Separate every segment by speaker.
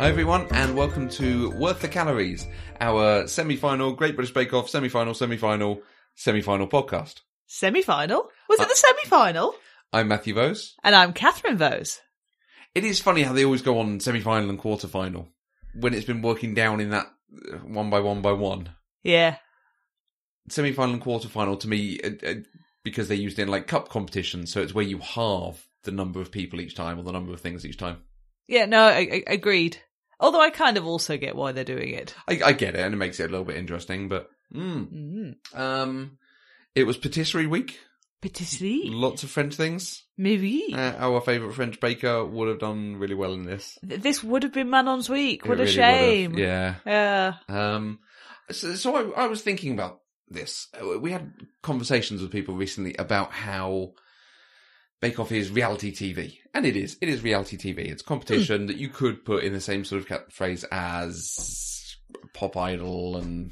Speaker 1: everyone, and welcome to Worth the Calories, our semi-final Great British Bake Off semi-final, semi-final, semi-final podcast.
Speaker 2: Semi-final? Was
Speaker 1: Uh,
Speaker 2: it the semi-final?
Speaker 1: I'm Matthew Vose.
Speaker 2: And I'm Catherine Vose.
Speaker 1: It is funny how they always go on semi-final and quarter-final when it's been working down in that uh, one by one by one.
Speaker 2: Yeah.
Speaker 1: Semi-final and quarter-final to me, uh, uh, because they used it in like cup competitions, so it's where you halve the number of people each time or the number of things each time.
Speaker 2: Yeah, no, I, I, agreed. Although I kind of also get why they're doing it.
Speaker 1: I, I get it, and it makes it a little bit interesting, but mm.
Speaker 2: Mm.
Speaker 1: um, it was patisserie week.
Speaker 2: Patisserie.
Speaker 1: Lots of French things.
Speaker 2: Maybe.
Speaker 1: Uh, our favourite French baker would have done really well in this.
Speaker 2: Th- this would have been Manon's week.
Speaker 1: It
Speaker 2: What a
Speaker 1: really would have,
Speaker 2: shame. Uh,
Speaker 1: Yeah.
Speaker 2: Yeah.
Speaker 1: Um, so, so I, I was thinking about this. Uh, We had conversations with people recently about how Bake Off is reality TV, and it is. It is reality TV. It's
Speaker 2: Hmm.
Speaker 1: competition that you could put in the same sort of ca- phrase as Pop Idol and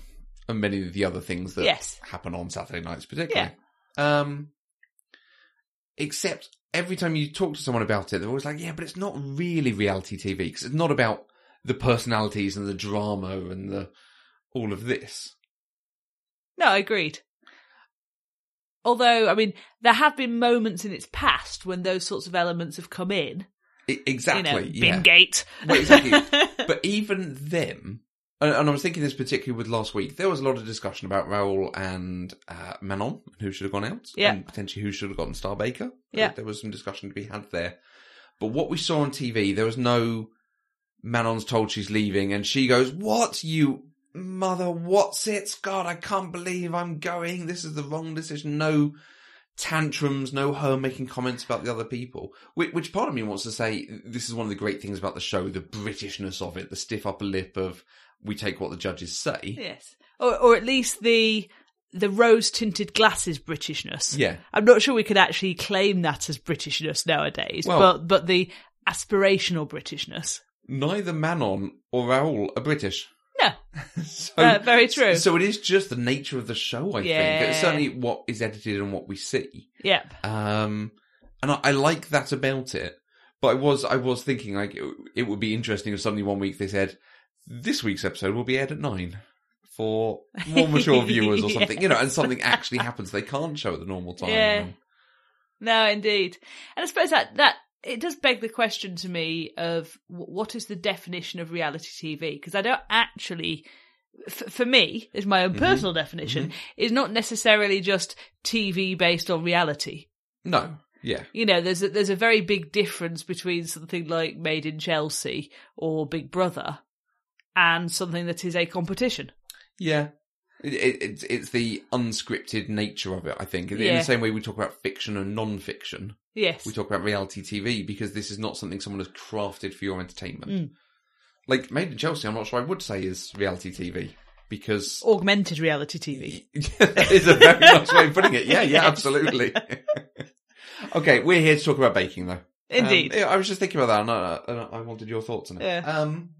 Speaker 1: and many of the other things that
Speaker 2: Yes.
Speaker 1: happen on Saturday nights, particularly. Um, except every time you talk to someone about it, they're always like, "Yeah, but it's not really reality TV because it's not about the personalities and the drama and the all of this."
Speaker 2: No, I agreed. Although, I mean, there have been moments in its past when those sorts of elements have come in.
Speaker 1: I- E, exactly.
Speaker 2: You know,
Speaker 1: yeah.
Speaker 2: Bingate.
Speaker 1: Well, exactly. but even them, and, and I was thinking this particularly with last week, there was a lot of discussion about Raoul and uh, Manon, who should have gone out,
Speaker 2: Yeah.
Speaker 1: and potentially who should have gotten Star Baker.
Speaker 2: Yeah.
Speaker 1: There was some discussion to be had there. But what we saw on TV, there was no Manon's told she's leaving, and she goes, What, you mother, what's it? God, I can't believe I'm going. This is the wrong decision. No tantrums, no her making comments about the other people. Which, which part of me wants to say this is one of the great things about the show the Britishness of it, the stiff upper lip of we take what the judges say.
Speaker 2: Yes, or or at least the the rose tinted glasses Britishness.
Speaker 1: Yeah.
Speaker 2: I'm not sure we could actually claim that as Britishness nowadays,
Speaker 1: Well-
Speaker 2: but but the aspirational Britishness.
Speaker 1: Neither Manon or Raoul are British.
Speaker 2: No,
Speaker 1: So,
Speaker 2: uh, very true.
Speaker 1: so it is just the nature of the show, I think.
Speaker 2: Yeah.
Speaker 1: It's certainly what is edited and what we see.
Speaker 2: yep.
Speaker 1: Um, and I, I like that about it. But I was, I was thinking like it, it would be interesting if suddenly one week they said, this week's episode will be aired at nine for more mature viewers or something, you know, and something actually happens they can't show at the normal time.
Speaker 2: Yeah. No, indeed. And I suppose that that it does beg the question to me of w- what is the definition of reality TV? Because I don't actually. f- For me, is my own personal definition is not necessarily just TV based on reality.
Speaker 1: No. Yeah.
Speaker 2: you know, there's a, there's a very big difference between something like Made in Chelsea or Big Brother and something that is a competition.
Speaker 1: Yeah. It, it, it's, it's the unscripted nature of it, I think. In
Speaker 2: Yeah.
Speaker 1: the same way we talk about fiction and non-fiction,
Speaker 2: Yes.
Speaker 1: we talk about reality TV because this is not something someone has crafted for your entertainment.
Speaker 2: Mm.
Speaker 1: Like Made in Chelsea, I'm not sure I would say is reality TV because
Speaker 2: Augmented reality TV.
Speaker 1: that is a very nice way of putting it. Yeah, yeah, absolutely. okay, we're here to talk about baking though.
Speaker 2: Indeed.
Speaker 1: Um, yeah, I was just thinking about that, and I, and I wanted your thoughts on it.
Speaker 2: Yeah.
Speaker 1: Um,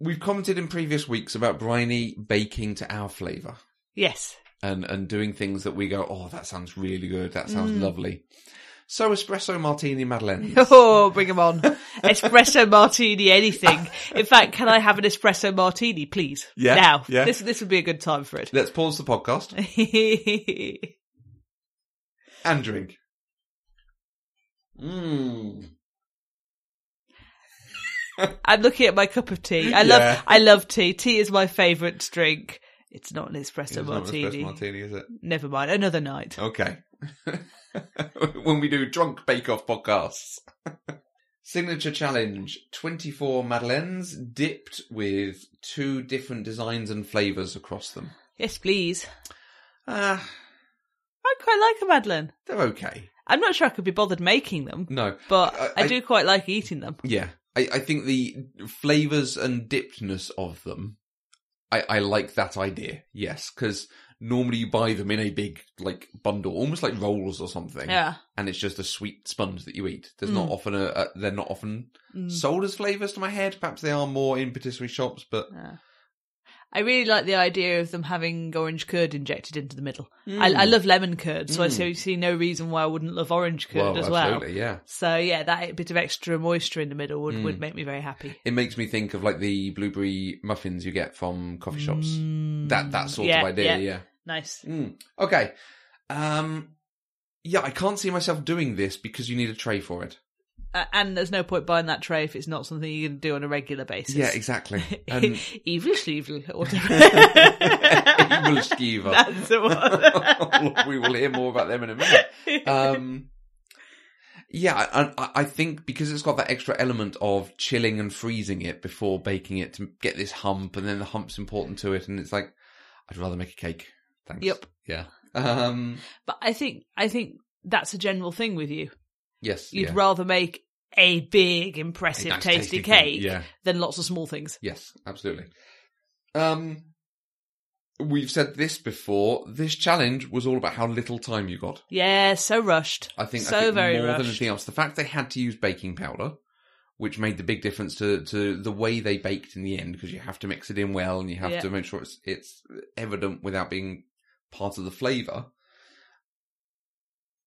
Speaker 1: we've commented in previous weeks about briny baking to our flavour
Speaker 2: yes.
Speaker 1: and and doing things that we go, oh, that sounds really good. That sounds
Speaker 2: Mm.
Speaker 1: lovely. So espresso martini madeleine.
Speaker 2: Oh, bring 'em on. espresso martini, anything. In fact, can I have an espresso martini, please?
Speaker 1: Yeah,
Speaker 2: Now.
Speaker 1: yeah.
Speaker 2: This, this would be a good time for it.
Speaker 1: Let's pause the podcast and drink. Mmm.
Speaker 2: I'm looking at my cup of tea. I love,
Speaker 1: Yeah.
Speaker 2: I love tea. Tea is my favourite drink. It's not an espresso,
Speaker 1: It's not espresso
Speaker 2: martini.
Speaker 1: martini, is it?
Speaker 2: Never mind. Another night.
Speaker 1: Okay. when we do drunk bake off podcasts. Signature challenge 24 madeleines dipped with two different designs and flavours across them.
Speaker 2: Yes, please.
Speaker 1: Ah,
Speaker 2: I quite like a Madeleine.
Speaker 1: they're okay.
Speaker 2: I'm not sure I could be bothered making them,
Speaker 1: No.
Speaker 2: but
Speaker 1: I-
Speaker 2: I,
Speaker 1: I-
Speaker 2: do quite like eating them.
Speaker 1: Yeah. I, I think the flavours and dippedness of them, I, I like that idea. Yes. Because normally you buy them in a big, like, bundle, almost like rolls or something.
Speaker 2: Yeah.
Speaker 1: and it's just a sweet sponge that you eat. There's not often a, a they're not often
Speaker 2: Mm.
Speaker 1: sold as flavors to my head. Perhaps they are more in patisserie shops, but
Speaker 2: Yeah. I really like the idea of them having orange curd injected into the middle. I, I
Speaker 1: Mm.
Speaker 2: love lemon curd, so I see, see no reason why I wouldn't love orange curd
Speaker 1: Well,
Speaker 2: as well.
Speaker 1: absolutely, yeah.
Speaker 2: So yeah, that bit of extra moisture in the middle would,
Speaker 1: Mm.
Speaker 2: would make me very happy.
Speaker 1: It makes me think of like the blueberry muffins you get from coffee shops. That that sort
Speaker 2: Mm. yeah,
Speaker 1: of idea,
Speaker 2: yeah.
Speaker 1: yeah.
Speaker 2: Nice.
Speaker 1: Mm. Okay. Um yeah, I can't see myself doing this because you need a tray for it.
Speaker 2: Uh, and there's no point buying that tray if it's not something you're going to do on a regular basis.
Speaker 1: Yeah, exactly. And
Speaker 2: evil Stevel or whatever.
Speaker 1: Evil Skeever.
Speaker 2: That's the one.
Speaker 1: we will hear more about them in a minute. Um, yeah, and I, I think because it's got that extra element of chilling and freezing it before baking it to get this hump, and then the hump's important to it, and it's like, I'd rather make a cake. Thanks.
Speaker 2: Yep.
Speaker 1: Yeah. Um,
Speaker 2: but I think I think that's a general thing with you.
Speaker 1: yes.
Speaker 2: You'd
Speaker 1: yeah.
Speaker 2: rather make a big, impressive,
Speaker 1: A nice
Speaker 2: tasty,
Speaker 1: tasty thing,
Speaker 2: cake
Speaker 1: yeah.
Speaker 2: than lots of small things.
Speaker 1: Yes, absolutely. Um, we've said this before. This challenge was all about how little time you got.
Speaker 2: Yeah, so rushed.
Speaker 1: I think
Speaker 2: so
Speaker 1: I think
Speaker 2: very
Speaker 1: more than
Speaker 2: rushed.
Speaker 1: anything else, the fact they had to use baking powder, which made the big difference to, to the way they baked in the end, because you have to mix it in well and you have
Speaker 2: Yeah.
Speaker 1: to make sure it's it's evident without being part of the flavour.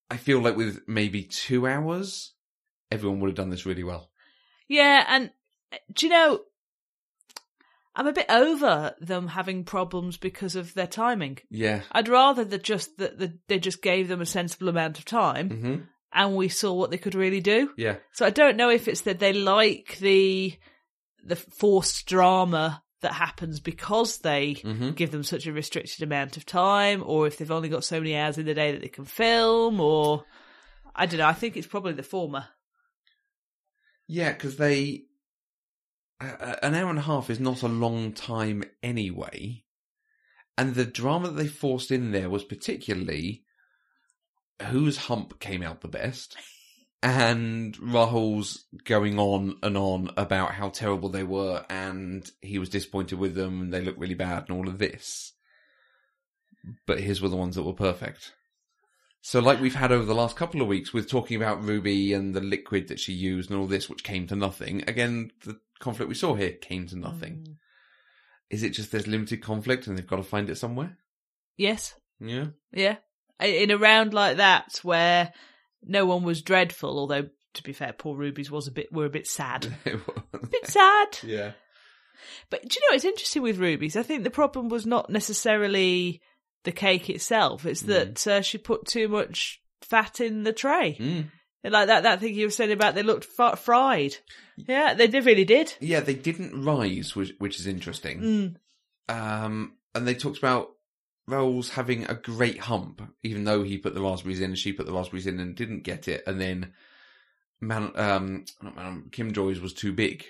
Speaker 1: I feel like with maybe two hours, everyone would have done this really well.
Speaker 2: Yeah, and uh, do you know? I'm a bit over them having problems because of their timing.
Speaker 1: Yeah.
Speaker 2: I'd rather that just that the, they just gave them a sensible amount of time,
Speaker 1: hmm
Speaker 2: and we saw what they could really do.
Speaker 1: Yeah.
Speaker 2: So I don't know if it's that they like the the forced drama that happens because they
Speaker 1: hmm
Speaker 2: give them such a restricted amount of time, or if they've only got so many hours in the day that they can film, or I don't know. I think it's probably the former.
Speaker 1: Yeah, because they a- a- an hour and a half is not a long time anyway, and the drama that they forced in there was particularly whose hump came out the best, and Rahul's going on and on about how terrible they were, and he was disappointed with them, and they looked really bad, and all of this. But his were the ones that were perfect. So, like we've had over the last couple of weeks with talking about Ruby and the liquid that she used and all this, which came to nothing. Again, the conflict we saw here came to nothing.
Speaker 2: Mm.
Speaker 1: Is it just there's limited conflict and they've got to find it somewhere?
Speaker 2: Yes.
Speaker 1: Yeah.
Speaker 2: Yeah. I- In a round like that, where no one was dreadful, although to be fair, poor Ruby's was a bit were a bit sad, a bit sad.
Speaker 1: yeah.
Speaker 2: But do you know it's interesting with rubies? I think the problem was not necessarily the cake itself;
Speaker 1: Mm.
Speaker 2: it's that uh, she put too much fat in the tray,
Speaker 1: Mm.
Speaker 2: like that that thing you were saying about they looked fa- fried. Yeah, they, they really did.
Speaker 1: Yeah, they didn't rise, which, which is interesting.
Speaker 2: Mm.
Speaker 1: Um, and they talked about Rolls having a great hump, even though he put the raspberries in and she put the raspberries in and didn't get it. And then Man, um, not Man, Kim Joy's was too big.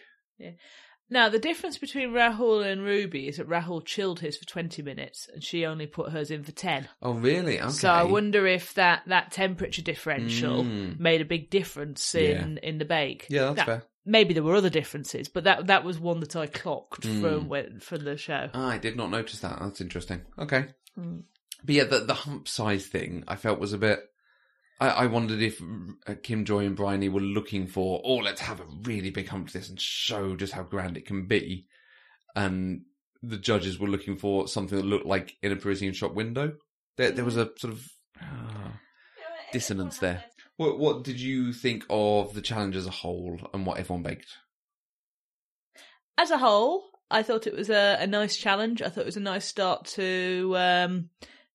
Speaker 2: Now the difference between Rahul and Ruby is that Rahul chilled his for twenty minutes, and she only put hers in for ten.
Speaker 1: Oh, really? Okay.
Speaker 2: So I wonder if that that temperature differential
Speaker 1: Mm.
Speaker 2: made a big difference in in the bake.
Speaker 1: Yeah, that's
Speaker 2: Now,
Speaker 1: fair.
Speaker 2: Maybe there were other differences, but that that was one that I clocked
Speaker 1: Mm.
Speaker 2: from when, from the show.
Speaker 1: Ah, I did not notice that. That's interesting. Okay.
Speaker 2: Mm.
Speaker 1: But yeah, the, the hump size thing I felt was a bit. I, I wondered if uh, Kim Joy and Bryony were looking for, oh, let's have a really big hump to this and show just how grand it can be. And the judges were looking for something that looked like in a Parisian shop window. There, there was a sort of ah, dissonance there. What, what did you think of the challenge as a whole and what everyone baked?
Speaker 2: As a whole, I thought it was a, a nice challenge. I thought it was a nice start to um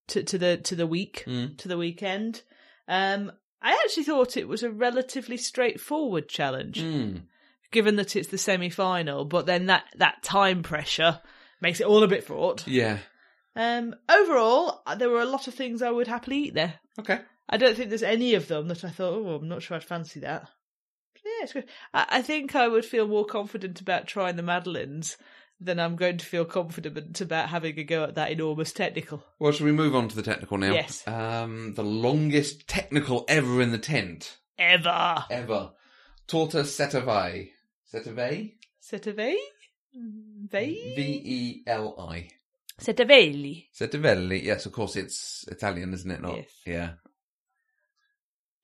Speaker 2: to, to the to the week
Speaker 1: Mm.
Speaker 2: to the weekend. Um, I actually thought it was a relatively straightforward challenge.
Speaker 1: Mm.
Speaker 2: given that it's the semi final, but then that, that time pressure makes it all a bit fraught.
Speaker 1: Yeah.
Speaker 2: Um, overall, uh, there were a lot of things I would happily eat there.
Speaker 1: Okay.
Speaker 2: I don't think there's any of them that I thought, oh, I'm not sure I'd fancy that. Yeah, it's good. I, I think I would feel more confident about trying the Madeleines than I'm going to feel confident about having a go at that enormous technical.
Speaker 1: Well, shall we move on to the technical now?
Speaker 2: Yes.
Speaker 1: Um, the longest technical ever in the tent.
Speaker 2: Ever!
Speaker 1: Ever. Torta Setavai. Setavai?
Speaker 2: Setavei?
Speaker 1: V
Speaker 2: Mm, Vei?
Speaker 1: E L I.
Speaker 2: Setavelli.
Speaker 1: Setavelli. Yes, of course, it's Italian, isn't it? Not.
Speaker 2: Yes.
Speaker 1: Yeah.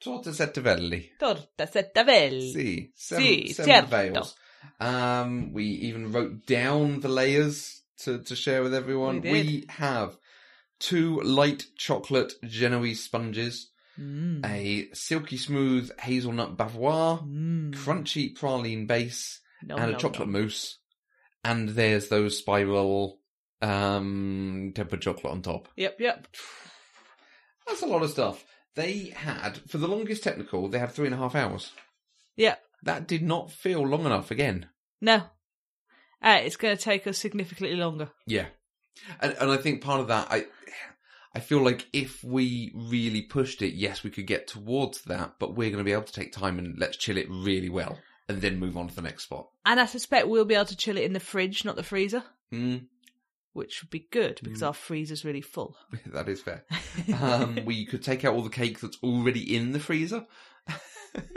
Speaker 1: Torta Setavelli.
Speaker 2: Torta Setavelli.
Speaker 1: See, seven,
Speaker 2: Sì,
Speaker 1: seven
Speaker 2: certo.
Speaker 1: veils. Um, we even wrote down the layers to, to share with everyone.
Speaker 2: We
Speaker 1: We,
Speaker 2: did.
Speaker 1: have two light chocolate Genoese sponges,
Speaker 2: Mm.
Speaker 1: a silky smooth hazelnut bavois,
Speaker 2: Mm.
Speaker 1: crunchy praline base,
Speaker 2: Nom,
Speaker 1: and a
Speaker 2: nom,
Speaker 1: chocolate
Speaker 2: nom.
Speaker 1: mousse. And there's those spiral um tempered chocolate on top.
Speaker 2: Yep, yep.
Speaker 1: That's a lot of stuff. They had for the longest technical, they had three and a half hours.
Speaker 2: Yep.
Speaker 1: That did not feel long enough again.
Speaker 2: No. Uh, it's going to take us significantly longer.
Speaker 1: Yeah, and and I think part of that, I I feel like if we really pushed it, yes, we could get towards that, but we're going to be able to take time and let's chill it really well, and then move on to the next spot.
Speaker 2: And I suspect we'll be able to chill it in the fridge, not the freezer,
Speaker 1: Mm,
Speaker 2: which would be good because our freezer's really full.
Speaker 1: that is fair. um, we could take out all the cake that's already in the freezer.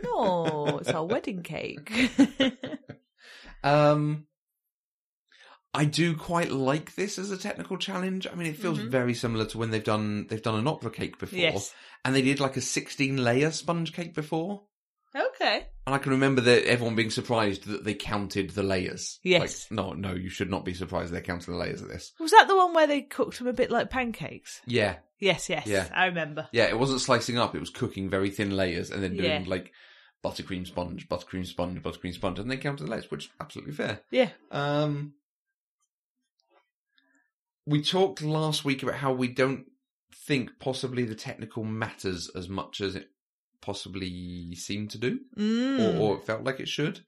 Speaker 2: No, it's our wedding cake.
Speaker 1: Um, I do quite like this as a technical challenge. I mean, it feels
Speaker 2: Mhm.
Speaker 1: very similar to when they've done they've done an opera cake before,
Speaker 2: yes.
Speaker 1: and they did like a sixteen layer sponge cake before.
Speaker 2: Okay.
Speaker 1: And I can remember that everyone being surprised that they counted the layers.
Speaker 2: Yes.
Speaker 1: Like, no, no, you should not be surprised they're counting the layers of this.
Speaker 2: Was that the one where they cooked them a bit like pancakes?
Speaker 1: Yeah.
Speaker 2: Yes, yes.
Speaker 1: Yeah.
Speaker 2: I remember.
Speaker 1: Yeah, it wasn't slicing up, it was cooking very thin layers and then doing
Speaker 2: Yeah.
Speaker 1: like buttercream sponge, buttercream sponge, buttercream sponge, and then counting the layers, which is absolutely fair.
Speaker 2: Yeah.
Speaker 1: Um We talked last week about how we don't think possibly the technical matters as much as it possibly seemed to do.
Speaker 2: Mm.
Speaker 1: or, or it felt like it should.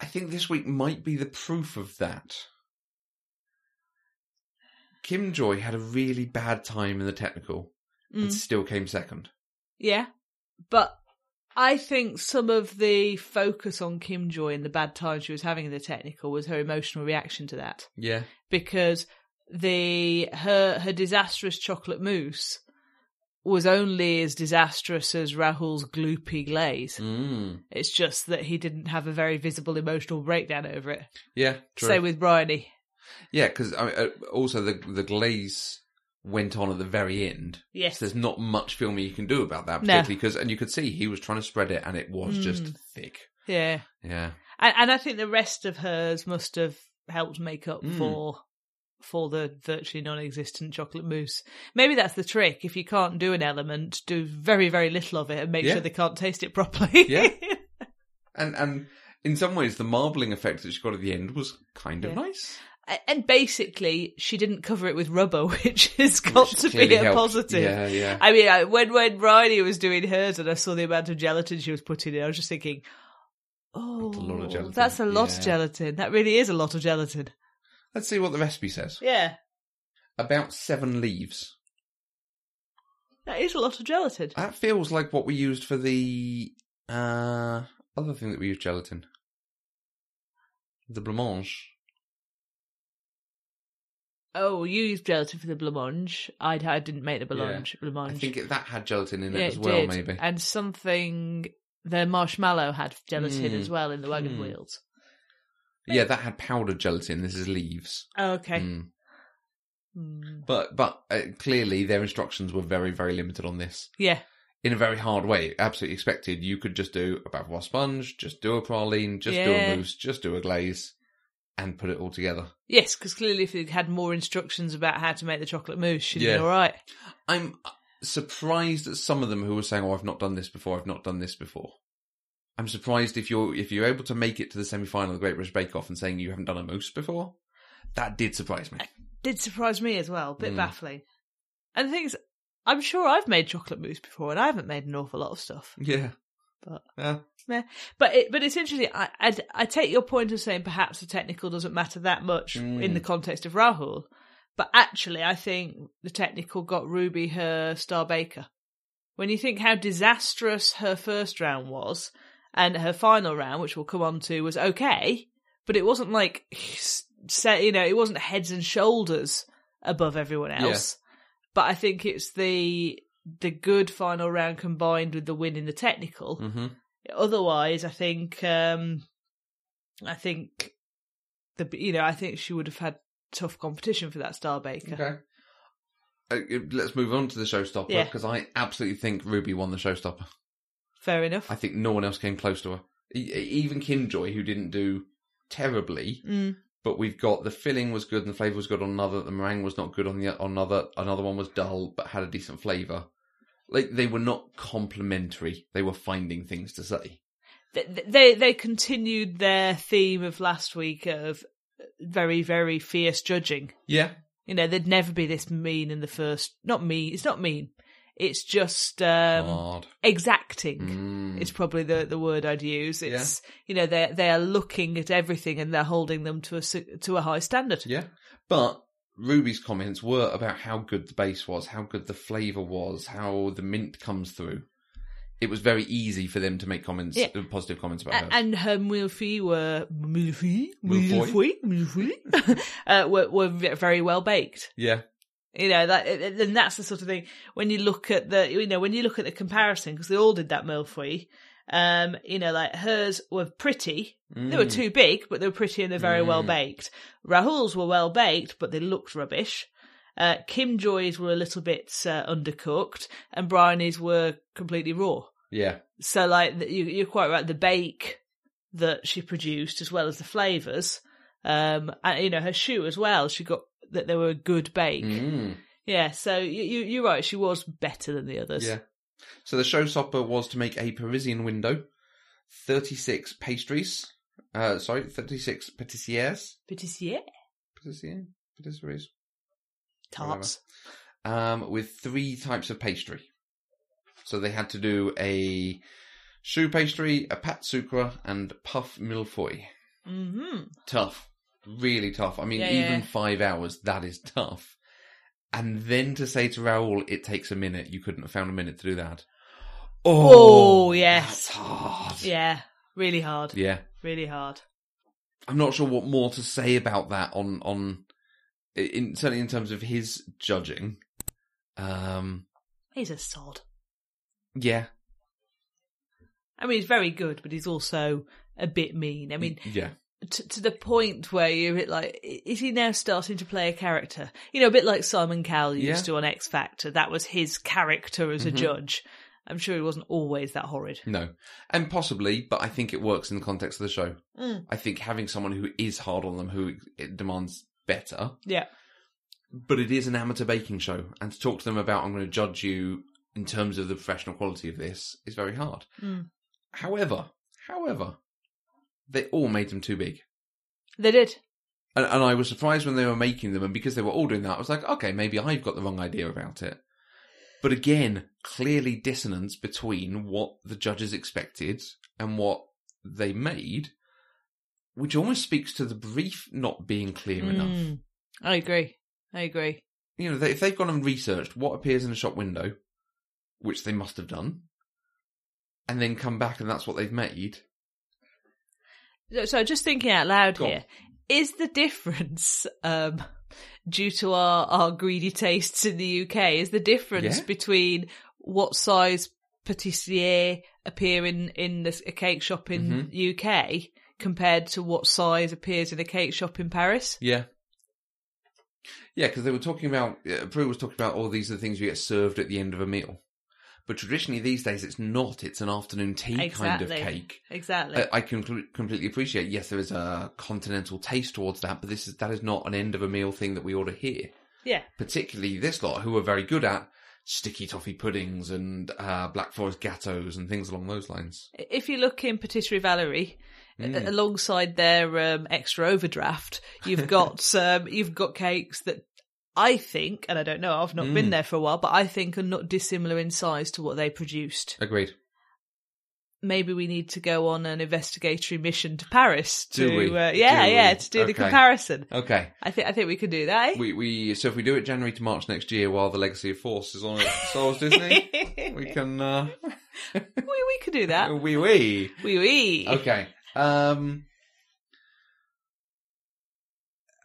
Speaker 1: I think this week might be the proof of that. Kim Joy had a really bad time in the technical
Speaker 2: Mm.
Speaker 1: and still came second.
Speaker 2: Yeah. But I think some of the focus on Kim Joy and the bad time she was having in the technical was her emotional reaction to that.
Speaker 1: Yeah.
Speaker 2: because the her her disastrous chocolate mousse was only as disastrous as Rahul's gloopy glaze.
Speaker 1: Mm.
Speaker 2: It's just that he didn't have a very visible emotional breakdown over it.
Speaker 1: Yeah. True.
Speaker 2: Same with Bryony.
Speaker 1: yeah, because I mean, uh, also the the glaze went on at the very end.
Speaker 2: Yes.
Speaker 1: So there's not much filming you can do about that,
Speaker 2: No. Hmm.
Speaker 1: particularly because, and you could see he was trying to spread it, and it was just thick.
Speaker 2: Yeah.
Speaker 1: Yeah.
Speaker 2: And, and I think the rest of hers must have helped make up
Speaker 1: Mm.
Speaker 2: for for the virtually non-existent chocolate mousse. Maybe that's the trick. If you can't do an element, do very very little of it and make
Speaker 1: Yeah.
Speaker 2: sure they can't taste it properly.
Speaker 1: Yeah. And and in some ways, the marbling effect that she got at the end was kind of
Speaker 2: Yeah.
Speaker 1: nice.
Speaker 2: A- And basically, she didn't cover it with rubber, which has got to be
Speaker 1: Clearly
Speaker 2: a
Speaker 1: helped.
Speaker 2: positive.
Speaker 1: Yeah, yeah.
Speaker 2: I mean, I, when when Bryony was doing hers, and I saw the amount of gelatin she was putting in, I was just thinking, "Oh,
Speaker 1: That's a lot of gelatin.
Speaker 2: that's a lot
Speaker 1: Yeah.
Speaker 2: of gelatin. That really is a lot of gelatin."
Speaker 1: Let's see what the recipe says.
Speaker 2: Yeah,
Speaker 1: About seven leaves.
Speaker 2: that is a lot of gelatin.
Speaker 1: That feels like what we used for the uh, other thing that we used gelatin. The blancmange.
Speaker 2: Oh, you used gelatin for the blancmange. I, I didn't make the
Speaker 1: Yeah.
Speaker 2: blancmange.
Speaker 1: I
Speaker 2: blancmange.
Speaker 1: think it, that had gelatin in it
Speaker 2: Yeah,
Speaker 1: as well,
Speaker 2: did.
Speaker 1: maybe.
Speaker 2: And something the marshmallow had gelatin
Speaker 1: Mm.
Speaker 2: as well in the wagon
Speaker 1: Mm.
Speaker 2: wheels.
Speaker 1: Yeah, that had powdered gelatin. This is leaves.
Speaker 2: Oh, okay.
Speaker 1: Mm. Hmm.
Speaker 2: Mm.
Speaker 1: But but uh, clearly their instructions were very very limited on this.
Speaker 2: Yeah.
Speaker 1: In a very hard way, absolutely expected. You could just do a bavois sponge, just do a praline, just do
Speaker 2: Yeah.
Speaker 1: a mousse, just do a glaze, and put it all together.
Speaker 2: Yes, because clearly if they had more instructions about how to make the chocolate mousse, she'd
Speaker 1: Yeah.
Speaker 2: be all right.
Speaker 1: I'm uh, surprised at some of them who were saying, "Oh, I've not done this before. I've not done this before." I'm surprised if you're if you're able to make it to the semi final of the Great British Bake Off and saying you haven't done a mousse before. That did surprise me.
Speaker 2: Did surprise me as well. Bit
Speaker 1: Mm.
Speaker 2: baffling. And the thing is, I'm sure I've made chocolate mousse before, and I haven't made an awful lot of stuff.
Speaker 1: Yeah.
Speaker 2: But-
Speaker 1: Yeah.
Speaker 2: Meh. But it, but it's interesting. I, I I take your point of saying perhaps the technical doesn't matter that much
Speaker 1: Mm.
Speaker 2: in the context of Rahul, but actually I think the technical got Ruby her star baker. When you think how disastrous her first round was, and her final round, which we'll come on to, was okay, but it wasn't like set. You know, it wasn't heads and shoulders above everyone
Speaker 1: Yeah.
Speaker 2: else. But I think it's the the good final round combined with the win in the technical
Speaker 1: hmm
Speaker 2: otherwise i think um i think the you know i think she would have had tough competition for that star baker
Speaker 1: Okay. Uh, let's move on to the showstopper
Speaker 2: Yeah.
Speaker 1: because I absolutely think Ruby won the showstopper.
Speaker 2: fair enough
Speaker 1: I e, think no one else came close to her. E- Even Kim Joy, who didn't do terribly,
Speaker 2: mm.
Speaker 1: But we've got the filling was good and the flavour was good on another. The meringue was not good on the on another. Another one was dull but had a decent flavour. Like they were not complimentary. They were finding things to say.
Speaker 2: Th- They they continued their theme of last week of very very fierce judging.
Speaker 1: Yeah,
Speaker 2: You know, they'd never be this mean in the first. Not mean. It's not mean. It's just um,
Speaker 1: hard.
Speaker 2: exacting.
Speaker 1: Oh. Mm.
Speaker 2: It's probably the the word I'd use. It's you know they they are looking at everything and they're holding them to a su- to a high standard.
Speaker 1: Yeah. But Ruby's comments were about how good the base was, how good the flavour was, how the mint comes through. It was very easy for them to make comments,
Speaker 2: Yeah.
Speaker 1: uh, positive comments about
Speaker 2: A-
Speaker 1: her.
Speaker 2: And her Milfi were Milfi,
Speaker 1: Milfoy?
Speaker 2: Milfi, Milfi, uh, were were ve- very well baked.
Speaker 1: yeah.
Speaker 2: You know that, and that's the sort of thing when you look at the you know when you look at the comparison because they all did that Milfi. Um, you know, like hers were pretty. They were
Speaker 1: Mm.
Speaker 2: too big, but they were pretty and they're very well
Speaker 1: Mm.
Speaker 2: baked. Rahul's were well baked, but they looked rubbish. Uh, Kim Joy's were a little bit uh, undercooked, and Briony's were completely raw.
Speaker 1: Yeah.
Speaker 2: So, like, th- you, you're quite right. The bake that she produced, as well as the flavors, um, and you know her shoe as well. She got that they were a good bake.
Speaker 1: Mm.
Speaker 2: Yeah. So you, you, you're right. She was better than the others.
Speaker 1: Yeah. So the showstopper was to make a Parisian window, 36 pastries, uh, sorry, 36 patissiers,
Speaker 2: Patissier
Speaker 1: patissiers, patisseries,
Speaker 2: tarts.
Speaker 1: um, with three types of pastry. So they had to do a choux pastry, a pat sucre, and puff milfoy.
Speaker 2: hmm
Speaker 1: Tough. Really tough. I mean,
Speaker 2: Yeah,
Speaker 1: even
Speaker 2: yeah.
Speaker 1: five hours, that is tough. And then to say to Raoul, it takes a minute. You couldn't have found a minute to do that.
Speaker 2: Oh, yes.
Speaker 1: That's hard.
Speaker 2: Yeah. Really hard.
Speaker 1: Yeah.
Speaker 2: Really hard.
Speaker 1: I'm not sure what more to say about that on on in certainly in terms of his judging. Um
Speaker 2: He's a sod.
Speaker 1: yeah.
Speaker 2: I mean, he's very good, but he's also a bit mean. I mean,
Speaker 1: yeah.
Speaker 2: t- to the point where you're a bit like, i- is he now starting to play a character? You know, a bit like Simon Cowell used
Speaker 1: Yeah.
Speaker 2: to on X Factor. That was his character as
Speaker 1: Mhm.
Speaker 2: a judge. I'm sure he wasn't always that horrid.
Speaker 1: No. And possibly, but I think it works in the context of the show.
Speaker 2: Mm.
Speaker 1: I think having someone who is hard on them, who it demands better,
Speaker 2: Yeah.
Speaker 1: but it is an amateur baking show. And to talk to them about, I'm going to judge you in terms of the professional quality of this, is very hard.
Speaker 2: Mm.
Speaker 1: However, however, they all made them too big.
Speaker 2: They did.
Speaker 1: And, and I was surprised when they were making them, and because they were all doing that, I was like, okay, maybe I've got the wrong idea about it. But again, clearly dissonance between what the judges expected and what they made, which almost speaks to the brief not being clear enough.
Speaker 2: Mm. I agree. I agree.
Speaker 1: You know, they, if they've gone and researched what appears in a shop window, which they must have done, and then come back and that's what they've made.
Speaker 2: So- So just thinking out loud
Speaker 1: Go on.
Speaker 2: here, is the difference um, due to our, our greedy tastes in the UK? Is the difference
Speaker 1: Yeah.
Speaker 2: between what size patissier appear in in this, a cake shop in
Speaker 1: Mm-hmm.
Speaker 2: UK compared to what size appears in a cake shop in Paris?
Speaker 1: Yeah. Yeah, because they were talking about, uh, Prue was talking about, all these are the things you get served at the end of a meal. But traditionally these days it's not, it's an afternoon tea kind of
Speaker 2: Exactly.
Speaker 1: cake.
Speaker 2: Exactly.
Speaker 1: I, I can com- completely appreciate, yes, there is a continental taste towards that, but this is, that is not an end of a meal thing that we order here.
Speaker 2: yeah.
Speaker 1: Particularly this lot, who are very good at sticky toffee puddings and uh, black forest gâteaux and things along those lines.
Speaker 2: If you look in Patisserie Valerie,
Speaker 1: Mm.
Speaker 2: a- alongside their um, extra overdraft, you've got um, you've got cakes that I think, and I don't know, I've not
Speaker 1: Mm.
Speaker 2: been there for a while, but I think are not dissimilar in size to what they produced.
Speaker 1: Agreed.
Speaker 2: Maybe we need to go on an investigatory mission to Paris to
Speaker 1: Do we?
Speaker 2: Uh, yeah,
Speaker 1: Do
Speaker 2: yeah,
Speaker 1: we?
Speaker 2: to do
Speaker 1: Okay.
Speaker 2: the comparison.
Speaker 1: Okay.
Speaker 2: I think I think we could do that. eh?
Speaker 1: We, we, so if we do it January to March next year while the Legacy of Force is on at Souls Disney, we can uh
Speaker 2: we we could do that.
Speaker 1: wee wee.
Speaker 2: We we.
Speaker 1: Okay. Um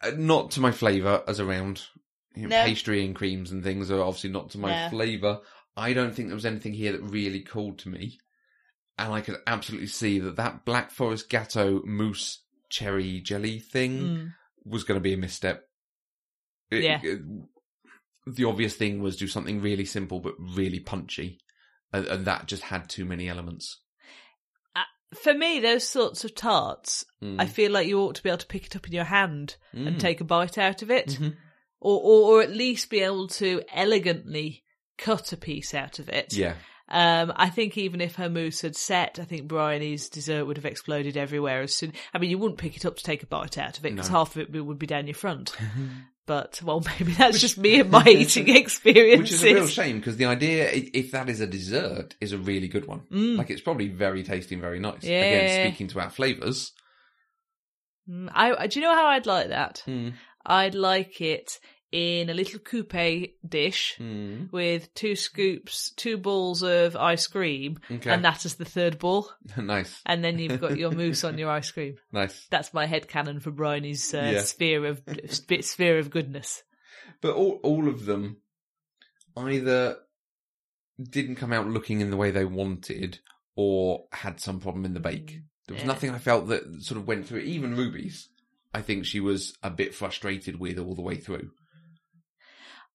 Speaker 1: uh, not to my flavour as a round. You know,
Speaker 2: No.
Speaker 1: Pastry and creams and things are obviously not to my
Speaker 2: No.
Speaker 1: flavour. I don't think there was anything here that really called to me. And I could absolutely see that that Black Forest Gatto mousse cherry jelly thing
Speaker 2: Mm.
Speaker 1: was going to be a misstep. It-
Speaker 2: Yeah.
Speaker 1: it- the obvious thing was do something really simple but really punchy, and, and that just had too many elements.
Speaker 2: for me, those sorts of tarts,
Speaker 1: Hmm.
Speaker 2: I feel like you ought to be able to pick it up in your hand and take a bite out of it,
Speaker 1: Mm-hmm.
Speaker 2: or, or or at least be able to elegantly cut a piece out of it.
Speaker 1: Yeah.
Speaker 2: Um, I think even if her mousse had set, I think Bryony's dessert would have exploded everywhere as soon. I mean, you wouldn't pick it up to take a bite out of it because half of it would be down your front. but well, maybe that's just me and my eating experiences.
Speaker 1: Which is a real shame because the idea, i- if that is a dessert, is a really good one. Like it's probably very tasty and very nice.
Speaker 2: Mm. Yeah.
Speaker 1: Again, speaking to our flavours.
Speaker 2: Mm, I I- do you know how I'd like that?
Speaker 1: Mm.
Speaker 2: I'd like it in a little coupe dish
Speaker 1: Mm.
Speaker 2: with two scoops, two balls of ice cream,
Speaker 1: Okay.
Speaker 2: and that is the third ball,
Speaker 1: nice,
Speaker 2: and then you've got your mousse on your ice cream.
Speaker 1: nice.
Speaker 2: That's my head cannon for Bryony's uh,
Speaker 1: Yeah.
Speaker 2: sphere of sp- sphere of goodness.
Speaker 1: But all all of them either didn't come out looking in the way they wanted, or had some problem in the bake. There was
Speaker 2: Mm. Yeah.
Speaker 1: nothing I felt that sort of went through. it. Even Ruby's, I think she was a bit frustrated with all the way through.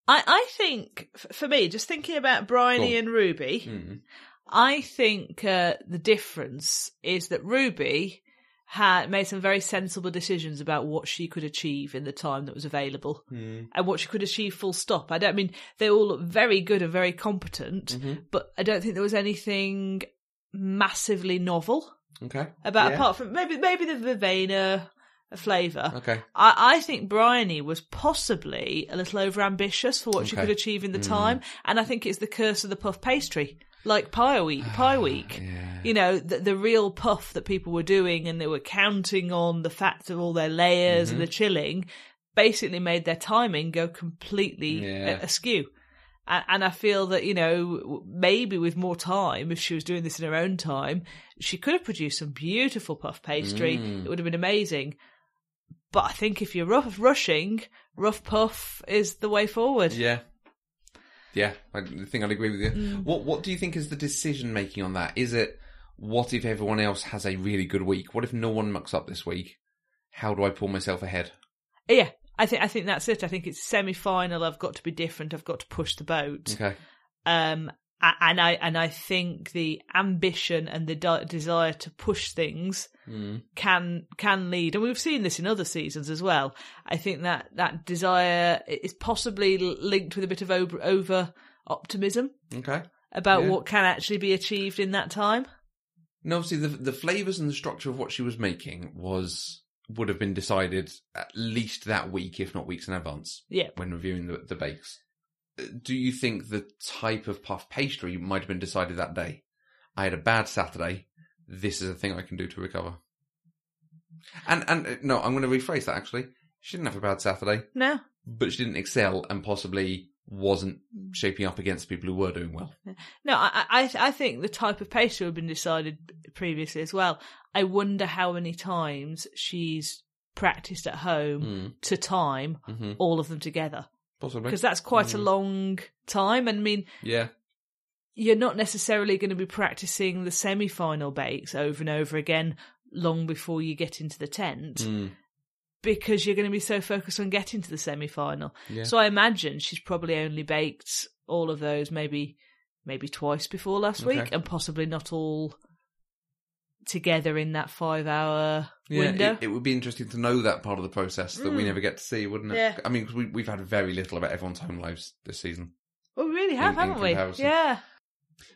Speaker 2: I I think f- for me, just thinking about
Speaker 1: Go
Speaker 2: Bryony
Speaker 1: on.
Speaker 2: and Ruby,
Speaker 1: Mm.
Speaker 2: I think uh, the difference is that Ruby had made some very sensible decisions about what she could achieve in the time that was available
Speaker 1: Mm.
Speaker 2: and what she could achieve full stop. I don't mean they all look very good and very competent,
Speaker 1: Mhm.
Speaker 2: but I don't think there was anything massively novel
Speaker 1: Okay.
Speaker 2: about
Speaker 1: Yeah.
Speaker 2: apart from maybe maybe the Vivena flavour.
Speaker 1: Okay.
Speaker 2: I, I think Bryony was possibly a little overambitious for what she
Speaker 1: Okay. Mm.
Speaker 2: could achieve in the time, and I think it's the curse of the puff pastry, like Pie Week. Pie Week,
Speaker 1: Ah, Yeah.
Speaker 2: you know, the, the real puff that people were doing, and they were counting on the fact of all their layers
Speaker 1: Mm-hmm.
Speaker 2: and the chilling, basically made their timing go completely
Speaker 1: Yeah.
Speaker 2: a- askew. And, and I feel that you know w- maybe with more time, if she was doing this in her own time, she could have produced some beautiful puff pastry. It would have been amazing. But I think if you're rough rushing, rough puff is the way forward.
Speaker 1: Yeah. Yeah, I think I'd agree with you. What What do you think is the decision making on that? Is it what if everyone else has a really good week? What if no one mucks up this week? How do I pull myself ahead?
Speaker 2: Yeah, I think I think that's it. I think it's semi final. I've got to be different. I've got to push the boat.
Speaker 1: Okay.
Speaker 2: Um, a- and I and I think the ambition and the de- desire to push things
Speaker 1: Mm.
Speaker 2: can can lead, and we've seen this in other seasons as well. I think that that desire i- is possibly l- linked with a bit of over, over optimism
Speaker 1: Okay.
Speaker 2: about
Speaker 1: Yeah.
Speaker 2: what can actually be achieved in that time.
Speaker 1: No, obviously the the flavors and the structure of what she was making was would have been decided at least that week, if not weeks in advance.
Speaker 2: Yeah.
Speaker 1: When reviewing the the bakes, Uh, do you think the type of puff pastry might have been decided that day? I had a bad Saturday. This is a thing I can do to recover. And and uh, no, I'm going to rephrase that. Actually, she didn't have a bad Saturday,
Speaker 2: No,
Speaker 1: but she didn't excel and possibly wasn't shaping up against people who were doing well.
Speaker 2: no, I I I- I think the type of pastry had been decided previously as well. I wonder how many times she's practiced at home to time
Speaker 1: Mhm.
Speaker 2: all of them together.
Speaker 1: Possibly.
Speaker 2: because that's quite
Speaker 1: Mm.
Speaker 2: a long time. And I mean,
Speaker 1: Yeah.
Speaker 2: you're not necessarily going to be practicing the semi final bakes over and over again long before you get into the tent
Speaker 1: Mm.
Speaker 2: because you're going to be so focused on getting to the semi final.
Speaker 1: Yeah.
Speaker 2: So I imagine she's probably only baked all of those maybe maybe twice before last
Speaker 1: Okay.
Speaker 2: week and possibly not all together in that five hour window.
Speaker 1: it, it would be interesting to know that part of the process that we never get to see, wouldn't it?
Speaker 2: Yeah.
Speaker 1: I mean, 'cause we, we've had very little about everyone's home lives this season,
Speaker 2: well, Oh, we really have,
Speaker 1: in
Speaker 2: haven't we?
Speaker 1: comparison.
Speaker 2: Yeah.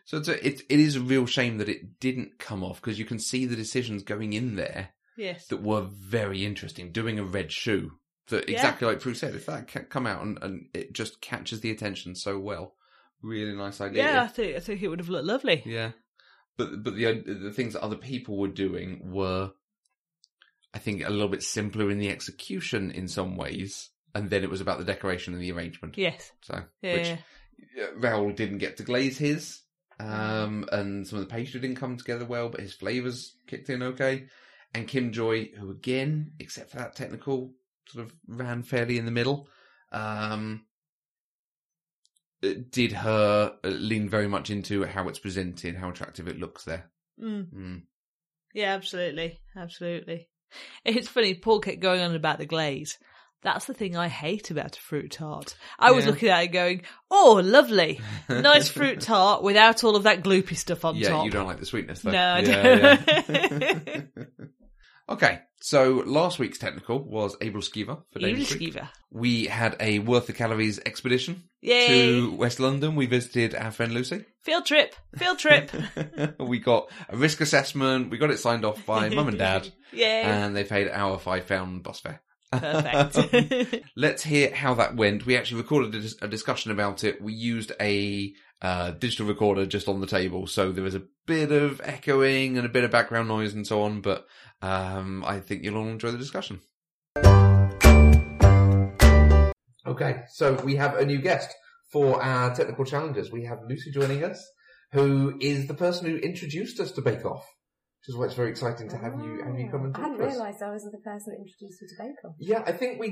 Speaker 1: so it's a, it it is a real shame that it didn't come off because you can see the decisions going in there
Speaker 2: Yes.
Speaker 1: that were very interesting. Doing a red shoe, that
Speaker 2: Yeah.
Speaker 1: exactly like Prue said, if that can come out and, and it just catches the attention so well, really nice idea.
Speaker 2: Yeah, I think I think it would have looked lovely.
Speaker 1: Yeah, but but the the things that other people were doing were, I think, a little bit simpler in the execution in some ways, and then it was about the decoration and the arrangement.
Speaker 2: Yes.
Speaker 1: So,
Speaker 2: Yeah.
Speaker 1: which uh, Raoul didn't get to glaze his, um,
Speaker 2: Mm.
Speaker 1: and some of the pastry didn't come together well, but his flavors kicked in okay, and Kim Joy, who again, except for that technical, sort of ran fairly in the middle. Um, it did her uh, lean very much into how it's presented, how attractive it looks there.
Speaker 2: Mm.
Speaker 1: Mm.
Speaker 2: Yeah, absolutely, absolutely. It's funny. Paul kept going on about the glaze, That's the thing I hate about a fruit tart. I was
Speaker 1: Yeah.
Speaker 2: looking at it going, oh, lovely. Nice fruit tart without all of that gloopy stuff on
Speaker 1: Yeah,
Speaker 2: top.
Speaker 1: you don't like the sweetness though.
Speaker 2: No, I
Speaker 1: Yeah,
Speaker 2: don't.
Speaker 1: yeah. okay, so last week's technical was Abel Skiva for
Speaker 2: Evil
Speaker 1: Danish Creek.
Speaker 2: skeever.
Speaker 1: We had a worth the calories expedition
Speaker 2: Yay.
Speaker 1: to West London. We visited our friend Lucy.
Speaker 2: Field trip. Field trip.
Speaker 1: we got a risk assessment. We got it signed off by mum and dad, Uh,
Speaker 2: Yay.
Speaker 1: and they paid our five pound bus fare.
Speaker 2: Perfect.
Speaker 1: Let's hear how that went. We actually recorded a, dis- a discussion about it. We used a uh, digital recorder just on the table, so there was a bit of echoing and a bit of background noise and so on. But um, I think you'll all enjoy the discussion. Okay, so we have a new guest for our technical challenges. We have Lucy joining us, who is the person who introduced us to Bake Off, which is why it's very exciting to have you have you come and
Speaker 3: Oh, I
Speaker 1: talk
Speaker 3: hadn't
Speaker 1: to us.
Speaker 3: realised I wasn't the person that introduced you to Bake Off.
Speaker 1: Yeah, I think we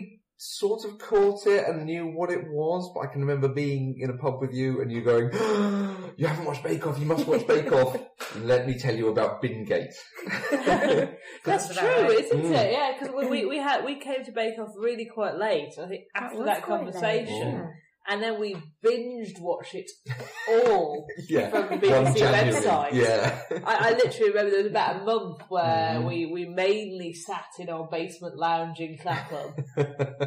Speaker 1: sort of caught it and knew what it was, but I can remember being in a pub with you and you going, "You haven't watched Bake Off. You must watch Bake Off." Let me tell you about Bingate.
Speaker 3: That's about right.
Speaker 2: isn't
Speaker 1: Mm.
Speaker 2: it? Yeah, because we, we we had we came to Bake Off really quite late. I think after that conversation,
Speaker 1: yeah.
Speaker 2: and then we binged watched it all.
Speaker 1: yeah,
Speaker 2: From the
Speaker 1: one
Speaker 2: BBC
Speaker 1: January.
Speaker 2: website.
Speaker 1: Yeah,
Speaker 2: I, I literally remember there was about a month where
Speaker 1: Mm.
Speaker 2: we, we mainly sat in our basement lounge in Clapham,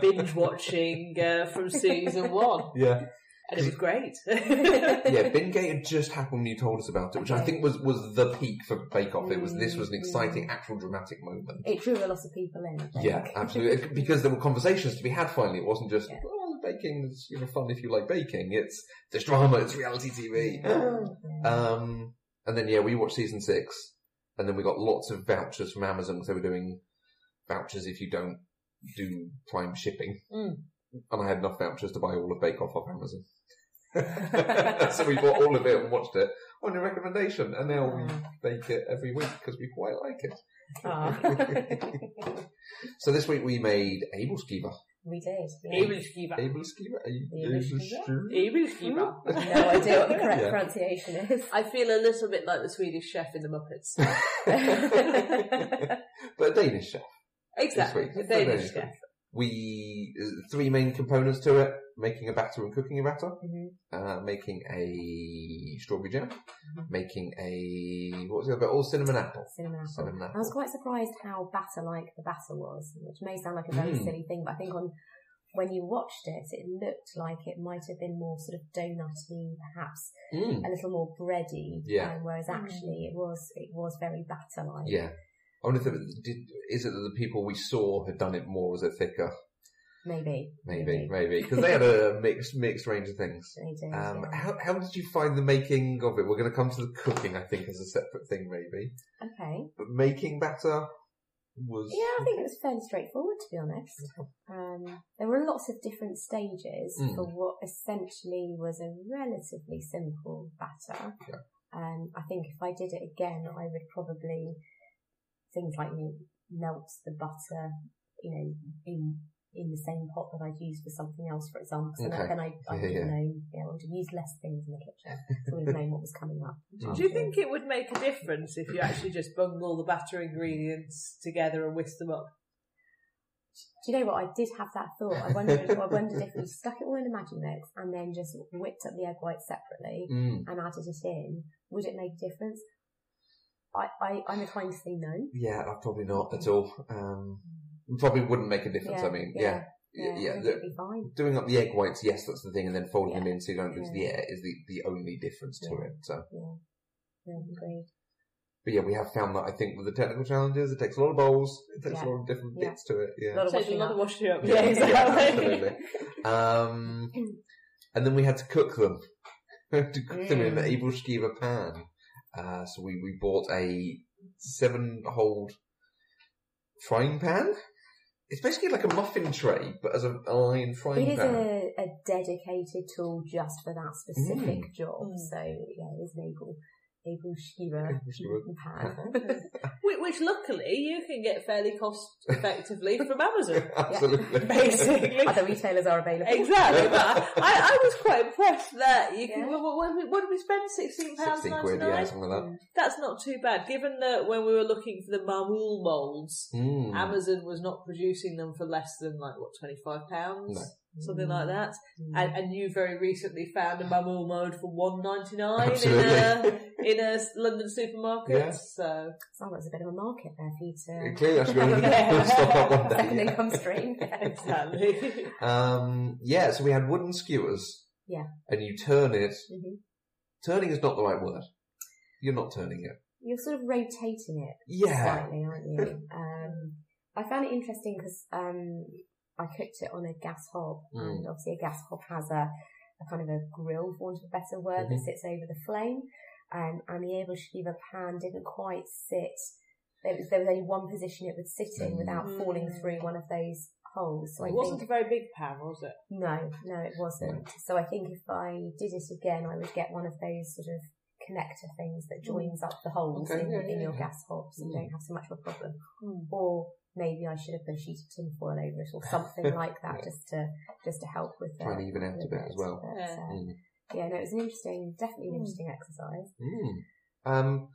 Speaker 2: binge watching uh, from season one,
Speaker 1: yeah,
Speaker 2: and it was great.
Speaker 1: yeah. Bingate had just happened when you told us about it, which I think was was the peak for Bake Off. It was this
Speaker 2: Mm,
Speaker 1: was an exciting, actual dramatic moment.
Speaker 3: It drew a lot of people in. I think.
Speaker 1: Yeah, absolutely. Because there were conversations to be had finally. It wasn't just, well, baking's you know, fun if you like baking. It's there's drama, it's reality TV.
Speaker 3: Oh,
Speaker 1: um, and then, yeah, we watched season six. And then we got lots of vouchers from Amazon because they were doing vouchers if you don't do prime shipping.
Speaker 2: Mm.
Speaker 1: And I had enough vouchers to buy all of Bake Off off Amazon. so we bought all of it and watched it on your recommendation. And now
Speaker 3: Mm.
Speaker 1: we bake it every week because we quite like it. So this week we made Abel Skiba.
Speaker 3: we did. yeah.
Speaker 2: Ebelskiba.
Speaker 1: Abel Skiba?
Speaker 3: Abel Skiba?
Speaker 2: Ebelskiba.
Speaker 3: No idea what the correct
Speaker 1: Yeah.
Speaker 3: pronunciation is.
Speaker 2: I feel a little bit like the Swedish chef in the Muppets.
Speaker 1: but a Danish chef.
Speaker 2: Exactly.
Speaker 1: This week.
Speaker 2: The Danish
Speaker 1: Danish
Speaker 2: chef.
Speaker 1: We, three main components to it. Making a batter and cooking a batter. Uh, making a strawberry jam. Making a, what was the other bit? All cinnamon apple.
Speaker 3: Cinnamon apple.
Speaker 1: Cinnamon
Speaker 3: I was
Speaker 1: apple.
Speaker 3: quite surprised how batter-like the batter was, which may sound like a very
Speaker 1: Mm.
Speaker 3: silly thing, but I think on when you watched it, it looked like it might have been more sort of donutty, perhaps
Speaker 1: Mm.
Speaker 3: a little more bready.
Speaker 1: Yeah.
Speaker 3: um, whereas
Speaker 2: Mm.
Speaker 3: actually it was it was very batter-like.
Speaker 1: Yeah. I wonder if it, did, is it that the people we saw had done it more? Was it thicker?
Speaker 3: Maybe.
Speaker 1: Maybe, maybe. Because they had a mixed, mixed range of things.
Speaker 3: They did,
Speaker 1: Um,
Speaker 3: yeah.
Speaker 1: how, how did you find the making of it? We're going to come to the cooking, I think, as a separate thing, maybe.
Speaker 3: Okay.
Speaker 1: But making batter was
Speaker 3: Yeah, I think it was fairly straightforward to be honest. Um, there were lots of different stages
Speaker 1: Mm.
Speaker 3: for what essentially was a relatively simple batter.
Speaker 1: Yeah.
Speaker 3: Um, I think if I did it again, I would probably things like you know, melt the butter, you know, in in the same pot that I'd use for something else, for example. So
Speaker 1: Okay.
Speaker 3: then I, I
Speaker 1: Yeah,
Speaker 3: would
Speaker 1: yeah.
Speaker 3: have known, yeah, I would have used less things in the kitchen, so we'd have known what was coming up.
Speaker 1: Mm.
Speaker 4: Do you think it would make a difference if you actually just bungle the batter ingredients together and whisk them up?
Speaker 3: Do you know what? I did have that thought. I wondered, I wondered if we stuck it all in a Maggi mix and then just whipped up the egg white separately
Speaker 1: Mm,
Speaker 3: and added it in, would it make a difference? I, I, I'm inclined to say no.
Speaker 1: yeah, uh, probably not at all. Um, probably wouldn't make a difference.
Speaker 3: Yeah,
Speaker 1: I mean, yeah,
Speaker 3: yeah,
Speaker 1: yeah.
Speaker 3: I think
Speaker 1: the-
Speaker 3: it'd be fine.
Speaker 1: doing up the egg whites, yes, that's the thing, and then folding
Speaker 3: Yeah.
Speaker 1: them in so you don't lose the
Speaker 3: Yeah.
Speaker 1: air is the, the only difference to
Speaker 3: Yeah.
Speaker 1: it. So,
Speaker 3: Yeah. No, agreed.
Speaker 1: but yeah, we have found that I think with the technical challenges, it takes a lot of bowls, it takes a
Speaker 3: Yeah.
Speaker 1: lot of different
Speaker 3: Yeah.
Speaker 1: bits to it. Yeah.
Speaker 3: Lot of
Speaker 4: Take
Speaker 3: washing
Speaker 4: another
Speaker 3: up.
Speaker 4: washing up.
Speaker 1: Yeah,
Speaker 4: Yeah, exactly.
Speaker 1: absolutely. Um, and then we had to cook them. We had to cook them in an
Speaker 3: Mm.
Speaker 1: Abel Skiva pan. Uh, so we, we bought a seven holed frying pan. It's basically like a muffin tray, but as a, an iron frying
Speaker 3: It is
Speaker 1: pan.
Speaker 3: a, a dedicated tool just for that specific job,
Speaker 4: Mm.
Speaker 3: so yeah, it is able. Abel Shearer
Speaker 1: Abel Shearer.
Speaker 3: pan.
Speaker 2: Which, which luckily you can get fairly cost effectively from Amazon.
Speaker 1: Absolutely.
Speaker 2: Basically.
Speaker 3: Other retailers are available.
Speaker 2: Exactly, but I, I was quite impressed that you can.
Speaker 3: Yeah.
Speaker 2: What, what, did we- what did we spend? Sixteen pounds
Speaker 1: 16
Speaker 2: ninety
Speaker 1: quid, yeah,
Speaker 2: nine.
Speaker 1: something like that.
Speaker 2: That's not too bad, given that when we were looking for the Marmul molds,
Speaker 1: Mm.
Speaker 2: Amazon was not producing them for less than like what twenty five pounds,
Speaker 1: No.
Speaker 2: something like that. And, and you very recently found a Marmul mold for one ninety nine in
Speaker 1: Absolutely.
Speaker 2: a in a s- London supermarket.
Speaker 1: Yeah.
Speaker 2: So
Speaker 3: Sounds like there's a bit of a market there for you
Speaker 1: Yeah,
Speaker 3: to
Speaker 1: Clearly, that's going
Speaker 2: Yeah.
Speaker 1: to stock up one day.
Speaker 3: second
Speaker 1: Yeah.
Speaker 3: income stream.
Speaker 2: exactly.
Speaker 1: Um, yeah, so we had wooden skewers.
Speaker 3: Yeah.
Speaker 1: And you turn it.
Speaker 3: Mhm.
Speaker 1: Turning is not the right word. You're not turning it.
Speaker 3: You're sort of rotating it
Speaker 1: Yeah.
Speaker 3: slightly, aren't you? Um, I found it interesting because um, I cooked it on a gas hob,
Speaker 1: Mm.
Speaker 3: and obviously a gas hob has a, a kind of a grill, for want of a better word,
Speaker 2: Mm-hmm.
Speaker 3: that sits over the flame. Um, and the Abel Shiva pan didn't quite sit. There was, there was only one position it would sit in without
Speaker 2: Mm.
Speaker 3: falling through one of those holes. So I
Speaker 2: it wasn't
Speaker 3: think
Speaker 2: a very big pan, was it?
Speaker 3: no, no, it wasn't. So I think if I did it again, I would get one of those sort of connector things that joins up the holes
Speaker 1: Mm. Okay,
Speaker 3: in,
Speaker 1: yeah,
Speaker 3: in
Speaker 1: yeah,
Speaker 3: your
Speaker 1: yeah.
Speaker 3: gas hob, so you
Speaker 1: Mm.
Speaker 3: don't have so much of a problem.
Speaker 2: Hmm.
Speaker 3: Or maybe I should have put a sheet of tin foil over it or something like that,
Speaker 1: Yeah.
Speaker 3: just to just to help with the
Speaker 1: Try and even out
Speaker 3: with
Speaker 1: a bit
Speaker 3: it.
Speaker 1: as well.
Speaker 3: But,
Speaker 2: Yeah.
Speaker 3: uh,
Speaker 1: Mm.
Speaker 3: yeah, no, it was an interesting, definitely an
Speaker 2: Mm.
Speaker 3: interesting exercise.
Speaker 1: Mm. Um,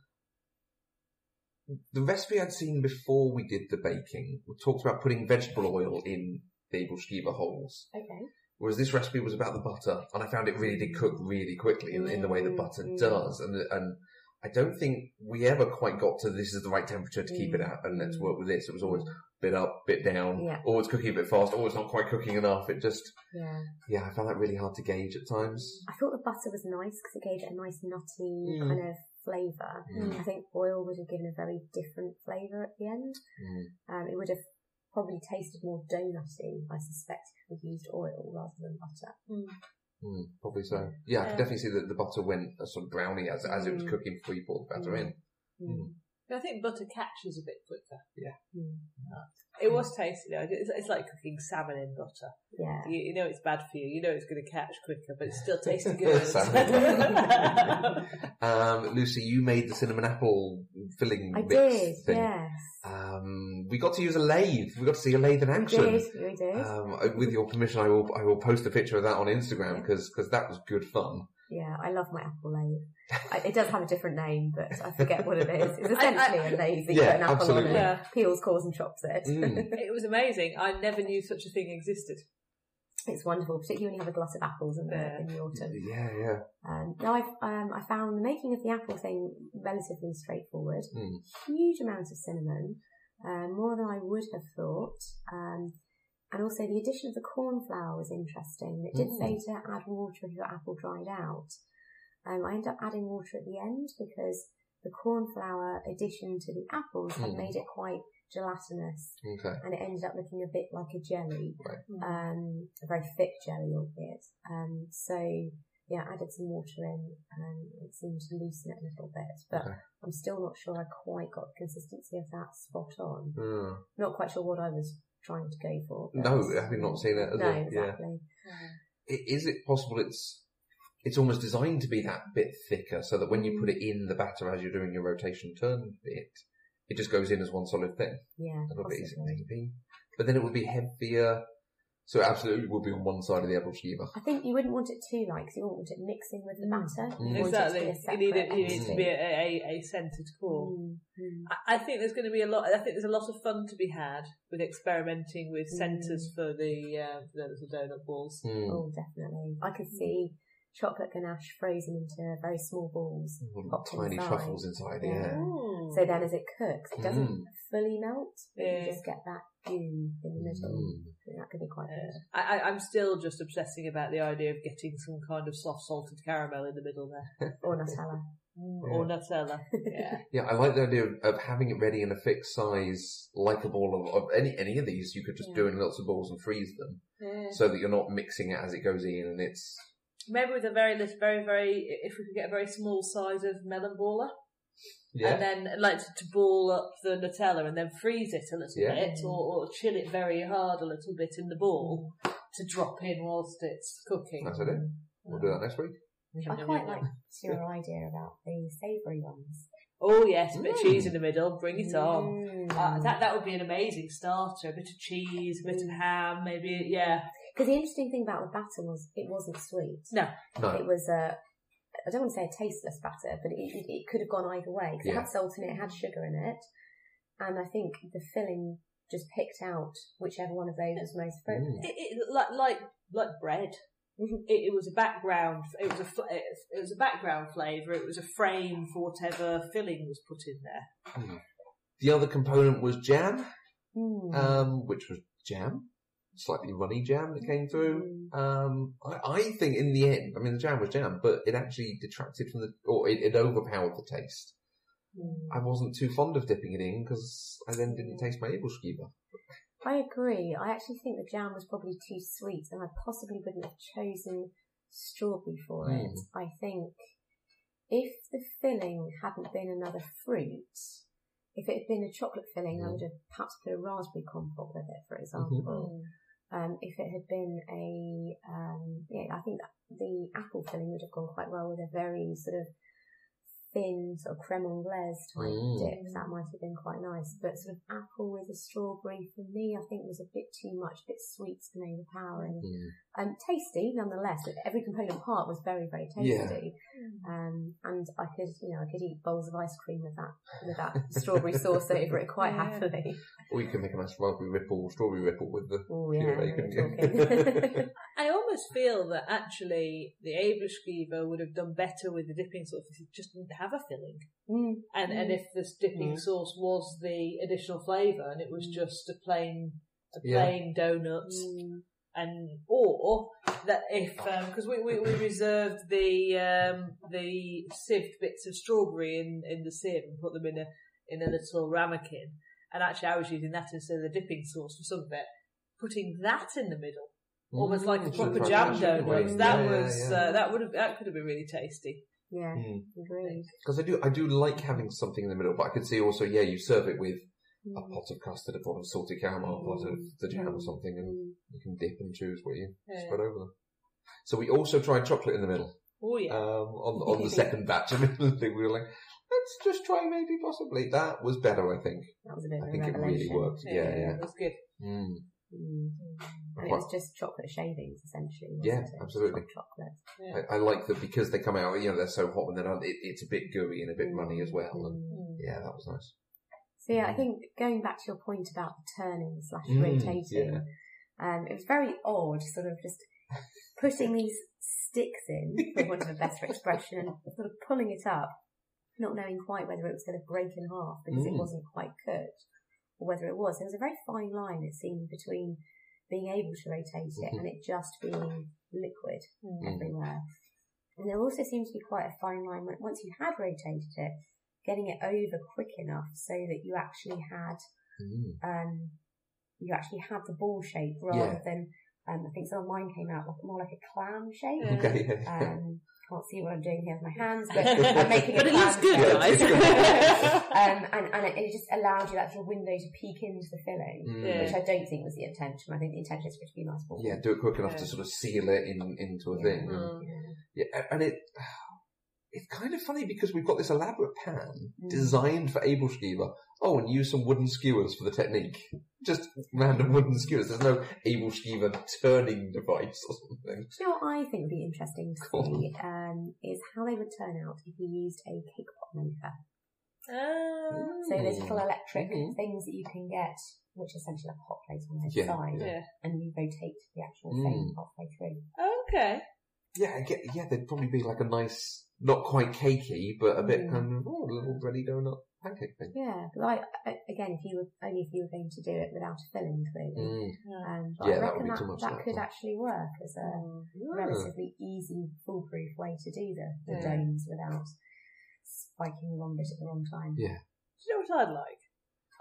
Speaker 1: the recipe I'd seen before we did the baking talked about putting vegetable oil in the Abel Schiva holes.
Speaker 3: Okay.
Speaker 1: Whereas this recipe was about the butter, and I found it really did cook really quickly in, in the way that butter
Speaker 3: Mm.
Speaker 1: does. And and I don't think we ever quite got to this is the right temperature to keep it at, and let's work with this. It was always bit up, bit down,
Speaker 3: Yeah.
Speaker 1: or it's cooking a bit fast, or it's not quite cooking enough. It just
Speaker 3: Yeah.
Speaker 1: yeah, I found that really hard to gauge at times.
Speaker 3: I thought the butter was nice because it gave it a nice nutty
Speaker 1: Mm.
Speaker 3: kind of flavour.
Speaker 1: Mm.
Speaker 3: I think oil would have given a very different flavour at the end.
Speaker 1: Mm.
Speaker 3: Um, it would have probably tasted more donutty, I suspect, if we'd used oil rather than butter.
Speaker 1: Mm, probably so. Yeah, I
Speaker 2: Yeah.
Speaker 1: could definitely see that the butter went a sort of brownie as as it was
Speaker 3: Mm.
Speaker 1: cooking before you poured the batter in. Mm.
Speaker 2: I think butter catches a bit quicker.
Speaker 3: Mm.
Speaker 2: It was tasty though. It's, it's like cooking salmon in butter.
Speaker 3: Yeah.
Speaker 2: You, you know it's bad for you. You know it's going to catch quicker, but it's still tasting good.
Speaker 1: Salmon in Um, Lucy, you made the cinnamon apple filling
Speaker 3: Mm. I
Speaker 1: mix
Speaker 3: did,
Speaker 1: thing.
Speaker 3: yes.
Speaker 1: Um, we got to use a lathe. We got to see a lathe in
Speaker 3: We
Speaker 1: action.
Speaker 3: did, we did.
Speaker 1: Um, I- with your permission, I will I will post a picture of that on Instagram because that was good fun.
Speaker 3: yeah, I love my apple lathe. I, it does have a different name, but I forget what it is. It's
Speaker 2: I- I-
Speaker 3: essentially a lathe that you
Speaker 1: Yeah,
Speaker 3: put an apple
Speaker 1: absolutely.
Speaker 3: on it,
Speaker 2: Yeah.
Speaker 3: peels, cores and chops it.
Speaker 1: Mm.
Speaker 2: it was amazing. I never knew such a thing existed.
Speaker 3: It's wonderful, particularly when you have a glut of apples in the,
Speaker 2: Yeah.
Speaker 3: in the autumn.
Speaker 1: yeah, yeah.
Speaker 3: Um, now I've um, I found the making of the apple thing relatively straightforward.
Speaker 1: Mm.
Speaker 3: Huge amount of cinnamon, um, more than I would have thought, um, and also the addition of the corn flour was interesting. It did say to add water if your apple dried out. Um, I ended up adding water at the end because the corn flour addition to the apples had
Speaker 1: Mm.
Speaker 3: made it quite gelatinous,
Speaker 1: Okay.
Speaker 3: and it ended up looking a bit like a jelly
Speaker 1: Right.
Speaker 2: Hmm.
Speaker 3: um, a very thick jelly, albeit. Um, so yeah, added some water in, and it seemed to loosen it a little bit. But
Speaker 1: Okay.
Speaker 3: I'm still not sure I quite got the consistency of that spot on.
Speaker 1: Mm.
Speaker 3: Not quite sure what I was trying to go for. but-
Speaker 1: No, having not seen it at
Speaker 3: No,
Speaker 1: all, yeah.
Speaker 3: exactly.
Speaker 1: I- Is it possible it's it's almost designed to be that bit thicker so that when you put it in the batter as you're doing your rotation turn bit, it just goes in as one solid thing.
Speaker 3: Yeah,
Speaker 1: A little bit easier,
Speaker 3: possibly.
Speaker 1: maybe. But then it would be heavier, so it absolutely would be on one side of the apple shiva.
Speaker 3: I think you wouldn't want it too light, 'cause you wouldn't want it mixing with the batter.
Speaker 1: Mm.
Speaker 3: You want it to
Speaker 2: Exactly. You
Speaker 3: be a
Speaker 2: need it.
Speaker 3: separate
Speaker 2: You need to
Speaker 3: entity.
Speaker 2: be a, a, a centered core.
Speaker 3: Mm, mm.
Speaker 2: I- I think there's going to be a lot. I think there's a lot of fun to be had with experimenting with
Speaker 3: Mm.
Speaker 2: centres for the uh, for the little donut balls.
Speaker 1: Mm.
Speaker 3: Oh, definitely. I
Speaker 2: Mm.
Speaker 3: could see chocolate ganache frozen into very small balls. popped
Speaker 1: Tiny
Speaker 3: inside.
Speaker 1: truffles inside,
Speaker 3: Yeah.
Speaker 1: yeah.
Speaker 2: Mm.
Speaker 3: So then, as it cooks, it doesn't
Speaker 1: Mm.
Speaker 3: fully melt, but
Speaker 2: Yeah.
Speaker 3: you just get that goo in the middle.
Speaker 1: Mm.
Speaker 3: I think That could be quite
Speaker 2: Yeah.
Speaker 3: good.
Speaker 2: I, I, I'm still just obsessing about the idea of getting some kind of soft salted caramel in the middle there, Mm.
Speaker 3: Or Nutella.
Speaker 2: or Nutella. Yeah,
Speaker 1: Yeah, I like the idea of, of having it ready in a fixed size, like a ball of, of any any of these. You could just do in lots of balls and freeze them, so that you're not mixing it as it goes in, and it's
Speaker 2: Mm. maybe with a very little, very very. If we could get a very small size of melon baller, and then like to, to ball up the Nutella and then freeze it a little
Speaker 1: Yeah.
Speaker 2: bit, or, or chill it very hard a little bit in the ball to drop in whilst it's cooking.
Speaker 1: That's it. We'll do that next week.
Speaker 3: Mm. I quite like your idea about the savoury ones.
Speaker 2: Oh yes,
Speaker 3: Mm.
Speaker 2: bit of cheese in the middle. Bring it on. Uh,
Speaker 3: Because
Speaker 2: that that would be an amazing starter. A bit of cheese, a bit
Speaker 3: Mm.
Speaker 2: of ham, maybe. Yeah.
Speaker 3: the interesting thing about the batter was it wasn't sweet.
Speaker 2: No.
Speaker 1: No.
Speaker 3: It was a, I don't want to say a tasteless batter, but it, it, it could have gone either way. 'cause it
Speaker 1: Yeah.
Speaker 3: had salt in it, it had sugar in it. And I think the filling just picked out whichever one of those was most appropriate.
Speaker 2: It, it, like like like bread. It, it was a background. It was a fl- it, it was a background flavour. It was a frame for whatever filling was put in there.
Speaker 1: The other component was jam,
Speaker 3: Mm.
Speaker 2: Mm-hmm.
Speaker 1: um, which was jam, slightly runny jam that came through. Um, I, I think in the end, I mean, the jam was jam, but it actually detracted from the, or it, it overpowered the taste.
Speaker 3: Hmm.
Speaker 1: I wasn't too fond of dipping it in because I then didn't taste my able skewer.
Speaker 3: I agree. I actually think the jam was probably too sweet, and I possibly wouldn't have chosen strawberry for
Speaker 1: Mm.
Speaker 3: it. I think if the filling hadn't been another fruit, if it had been a chocolate filling, I would have perhaps put a raspberry compote with it, for example. Um, if it had been a, um, yeah, I think the apple filling would have gone quite well with a very sort of thin sort of creme anglaise type
Speaker 1: Mm.
Speaker 3: dip. That might have been quite nice, but sort of apple with a strawberry for me, I think was a bit too much, a bit sweet and overpowering.
Speaker 2: Mm.
Speaker 3: Um, tasty nonetheless. but Every component part was very, very
Speaker 1: Yeah.
Speaker 3: tasty.
Speaker 2: Hmm.
Speaker 3: Um, and I could, you know, I could eat bowls of ice cream with that, with that strawberry sauce over it quite happily.
Speaker 1: Or you can make a nice raspberry ripple, strawberry ripple with the
Speaker 3: Oh yeah,
Speaker 1: puree,
Speaker 3: now you're
Speaker 1: couldn't you?
Speaker 3: talking.
Speaker 2: I almost feel that actually the Abriskiva would have done better with the dipping sauce if it just didn't have a filling.
Speaker 3: Mm.
Speaker 2: And and if this dipping sauce was the additional flavour and it was just a plain a
Speaker 1: Yeah.
Speaker 2: plain donut
Speaker 3: mm,
Speaker 2: and or that if because we, we, we reserved the um the sieved bits of strawberry in, in the sieve and put them in a in a little ramekin and actually I was using that instead of the dipping sauce for some of it. Putting that in the middle. Almost
Speaker 1: Mm,
Speaker 2: like a
Speaker 1: should have
Speaker 2: proper
Speaker 1: tried
Speaker 2: jam
Speaker 1: that, shouldn't we?
Speaker 2: donuts.
Speaker 1: Yeah,
Speaker 2: That
Speaker 1: yeah,
Speaker 2: was
Speaker 1: yeah.
Speaker 2: Uh, that would have that could have been really tasty.
Speaker 3: Yeah,
Speaker 1: Mm.
Speaker 3: agreed.
Speaker 1: Because I do, I do like having something in the middle, but I could see also, yeah, you serve it with a
Speaker 3: Mm,
Speaker 1: pot of custard, a pot of salted caramel, a pot of the jam or something, and
Speaker 3: mm.
Speaker 1: you can dip and choose what you
Speaker 2: Yeah.
Speaker 1: spread over them. So we also tried chocolate in the middle
Speaker 2: Oh
Speaker 1: um,
Speaker 2: yeah.
Speaker 1: on on the second batch. I mean, we were like, let's just try maybe possibly. That was better, I think.
Speaker 3: That was a bit of
Speaker 1: I
Speaker 3: a
Speaker 1: think it
Speaker 3: revelation.
Speaker 1: really worked. Yeah, yeah.
Speaker 2: It was good.
Speaker 1: Mm.
Speaker 3: Mm. And it was just chocolate shavings, essentially. Wasn't
Speaker 1: Yeah,
Speaker 3: it? Just
Speaker 1: absolutely.
Speaker 3: hot Chocolate.
Speaker 1: I, I like that because they come out. You know, they're so hot when they're done. It, it's a bit gooey and a bit
Speaker 3: Mm.
Speaker 1: runny as well. And
Speaker 3: Mm.
Speaker 1: yeah, that was nice.
Speaker 3: So yeah, I think going back to your point about the turning slash
Speaker 1: Mm,
Speaker 3: rotating,
Speaker 1: yeah.
Speaker 3: um, it was very odd, sort of just putting these sticks in, for want of a better expression, and sort of pulling it up, not knowing quite whether it was going to break in half because it
Speaker 1: Mm.
Speaker 3: wasn't quite cooked, or whether it was. There was a very fine line, it seemed, between being able to rotate it
Speaker 1: Mm-hmm.
Speaker 3: and it just being liquid
Speaker 1: Mm.
Speaker 3: everywhere. And there also seemed to be quite a fine line when, once you had rotated it, getting it over quick enough so that you actually had
Speaker 1: Mm.
Speaker 3: um, you actually had the ball shape rather
Speaker 1: Yeah.
Speaker 3: than um, I think some of mine came out like- more like a clam shape.
Speaker 5: Mm.
Speaker 1: Okay. yeah.
Speaker 3: Um, can't see what I'm doing here with my hands, but I'm making a
Speaker 5: But it
Speaker 3: clam
Speaker 5: looks good,
Speaker 3: shape.
Speaker 1: guys.
Speaker 3: um, and and it, it just allowed you that little window to peek into the filling,
Speaker 1: Mm.
Speaker 2: Yeah.
Speaker 3: which I don't think was the intention. I think the intention is for it to be a nice ball.
Speaker 1: Yeah, do it quick enough
Speaker 2: Yeah.
Speaker 1: to sort of seal it in into a thing.
Speaker 3: Yeah.
Speaker 2: Mm.
Speaker 1: Yeah, a- and it it's kind of funny because we've got this elaborate pan designed for able skewer. Oh, and use some wooden skewers for the technique. Just random wooden skewers. There's no able skewer turning device or something.
Speaker 3: Do you know what I think would be interesting to
Speaker 1: Go on.
Speaker 3: see um, is how they would turn out if you used a cake pop maker.
Speaker 2: Um,
Speaker 3: So there's
Speaker 1: Mm.
Speaker 3: little electric
Speaker 1: Mhm.
Speaker 3: things that you can get, which are essentially a hot plate on the
Speaker 1: Yeah,
Speaker 3: side,
Speaker 2: yeah.
Speaker 3: and you rotate the actual
Speaker 1: Mm.
Speaker 3: thing halfway through.
Speaker 2: Um, okay.
Speaker 1: Yeah, I get, yeah, there'd probably be like a nice, not quite cakey, but a bit
Speaker 3: Mm.
Speaker 1: kind of oh, little bready donut pancake thing.
Speaker 3: Yeah, but I, I- again, if you were only if you were going to do it without a filling, clearly.
Speaker 1: Mm.
Speaker 3: Um, but
Speaker 1: Yeah,
Speaker 3: I
Speaker 1: that
Speaker 3: reckon
Speaker 1: would be
Speaker 3: that,
Speaker 1: too much,
Speaker 3: that
Speaker 1: that
Speaker 3: could
Speaker 1: one.
Speaker 3: actually work as a
Speaker 1: Hmm.
Speaker 3: relatively easy, foolproof way to do the, the
Speaker 2: Yeah.
Speaker 3: domes without spiking the wrong bit at the wrong time.
Speaker 1: Yeah.
Speaker 2: Do you know what I'd like?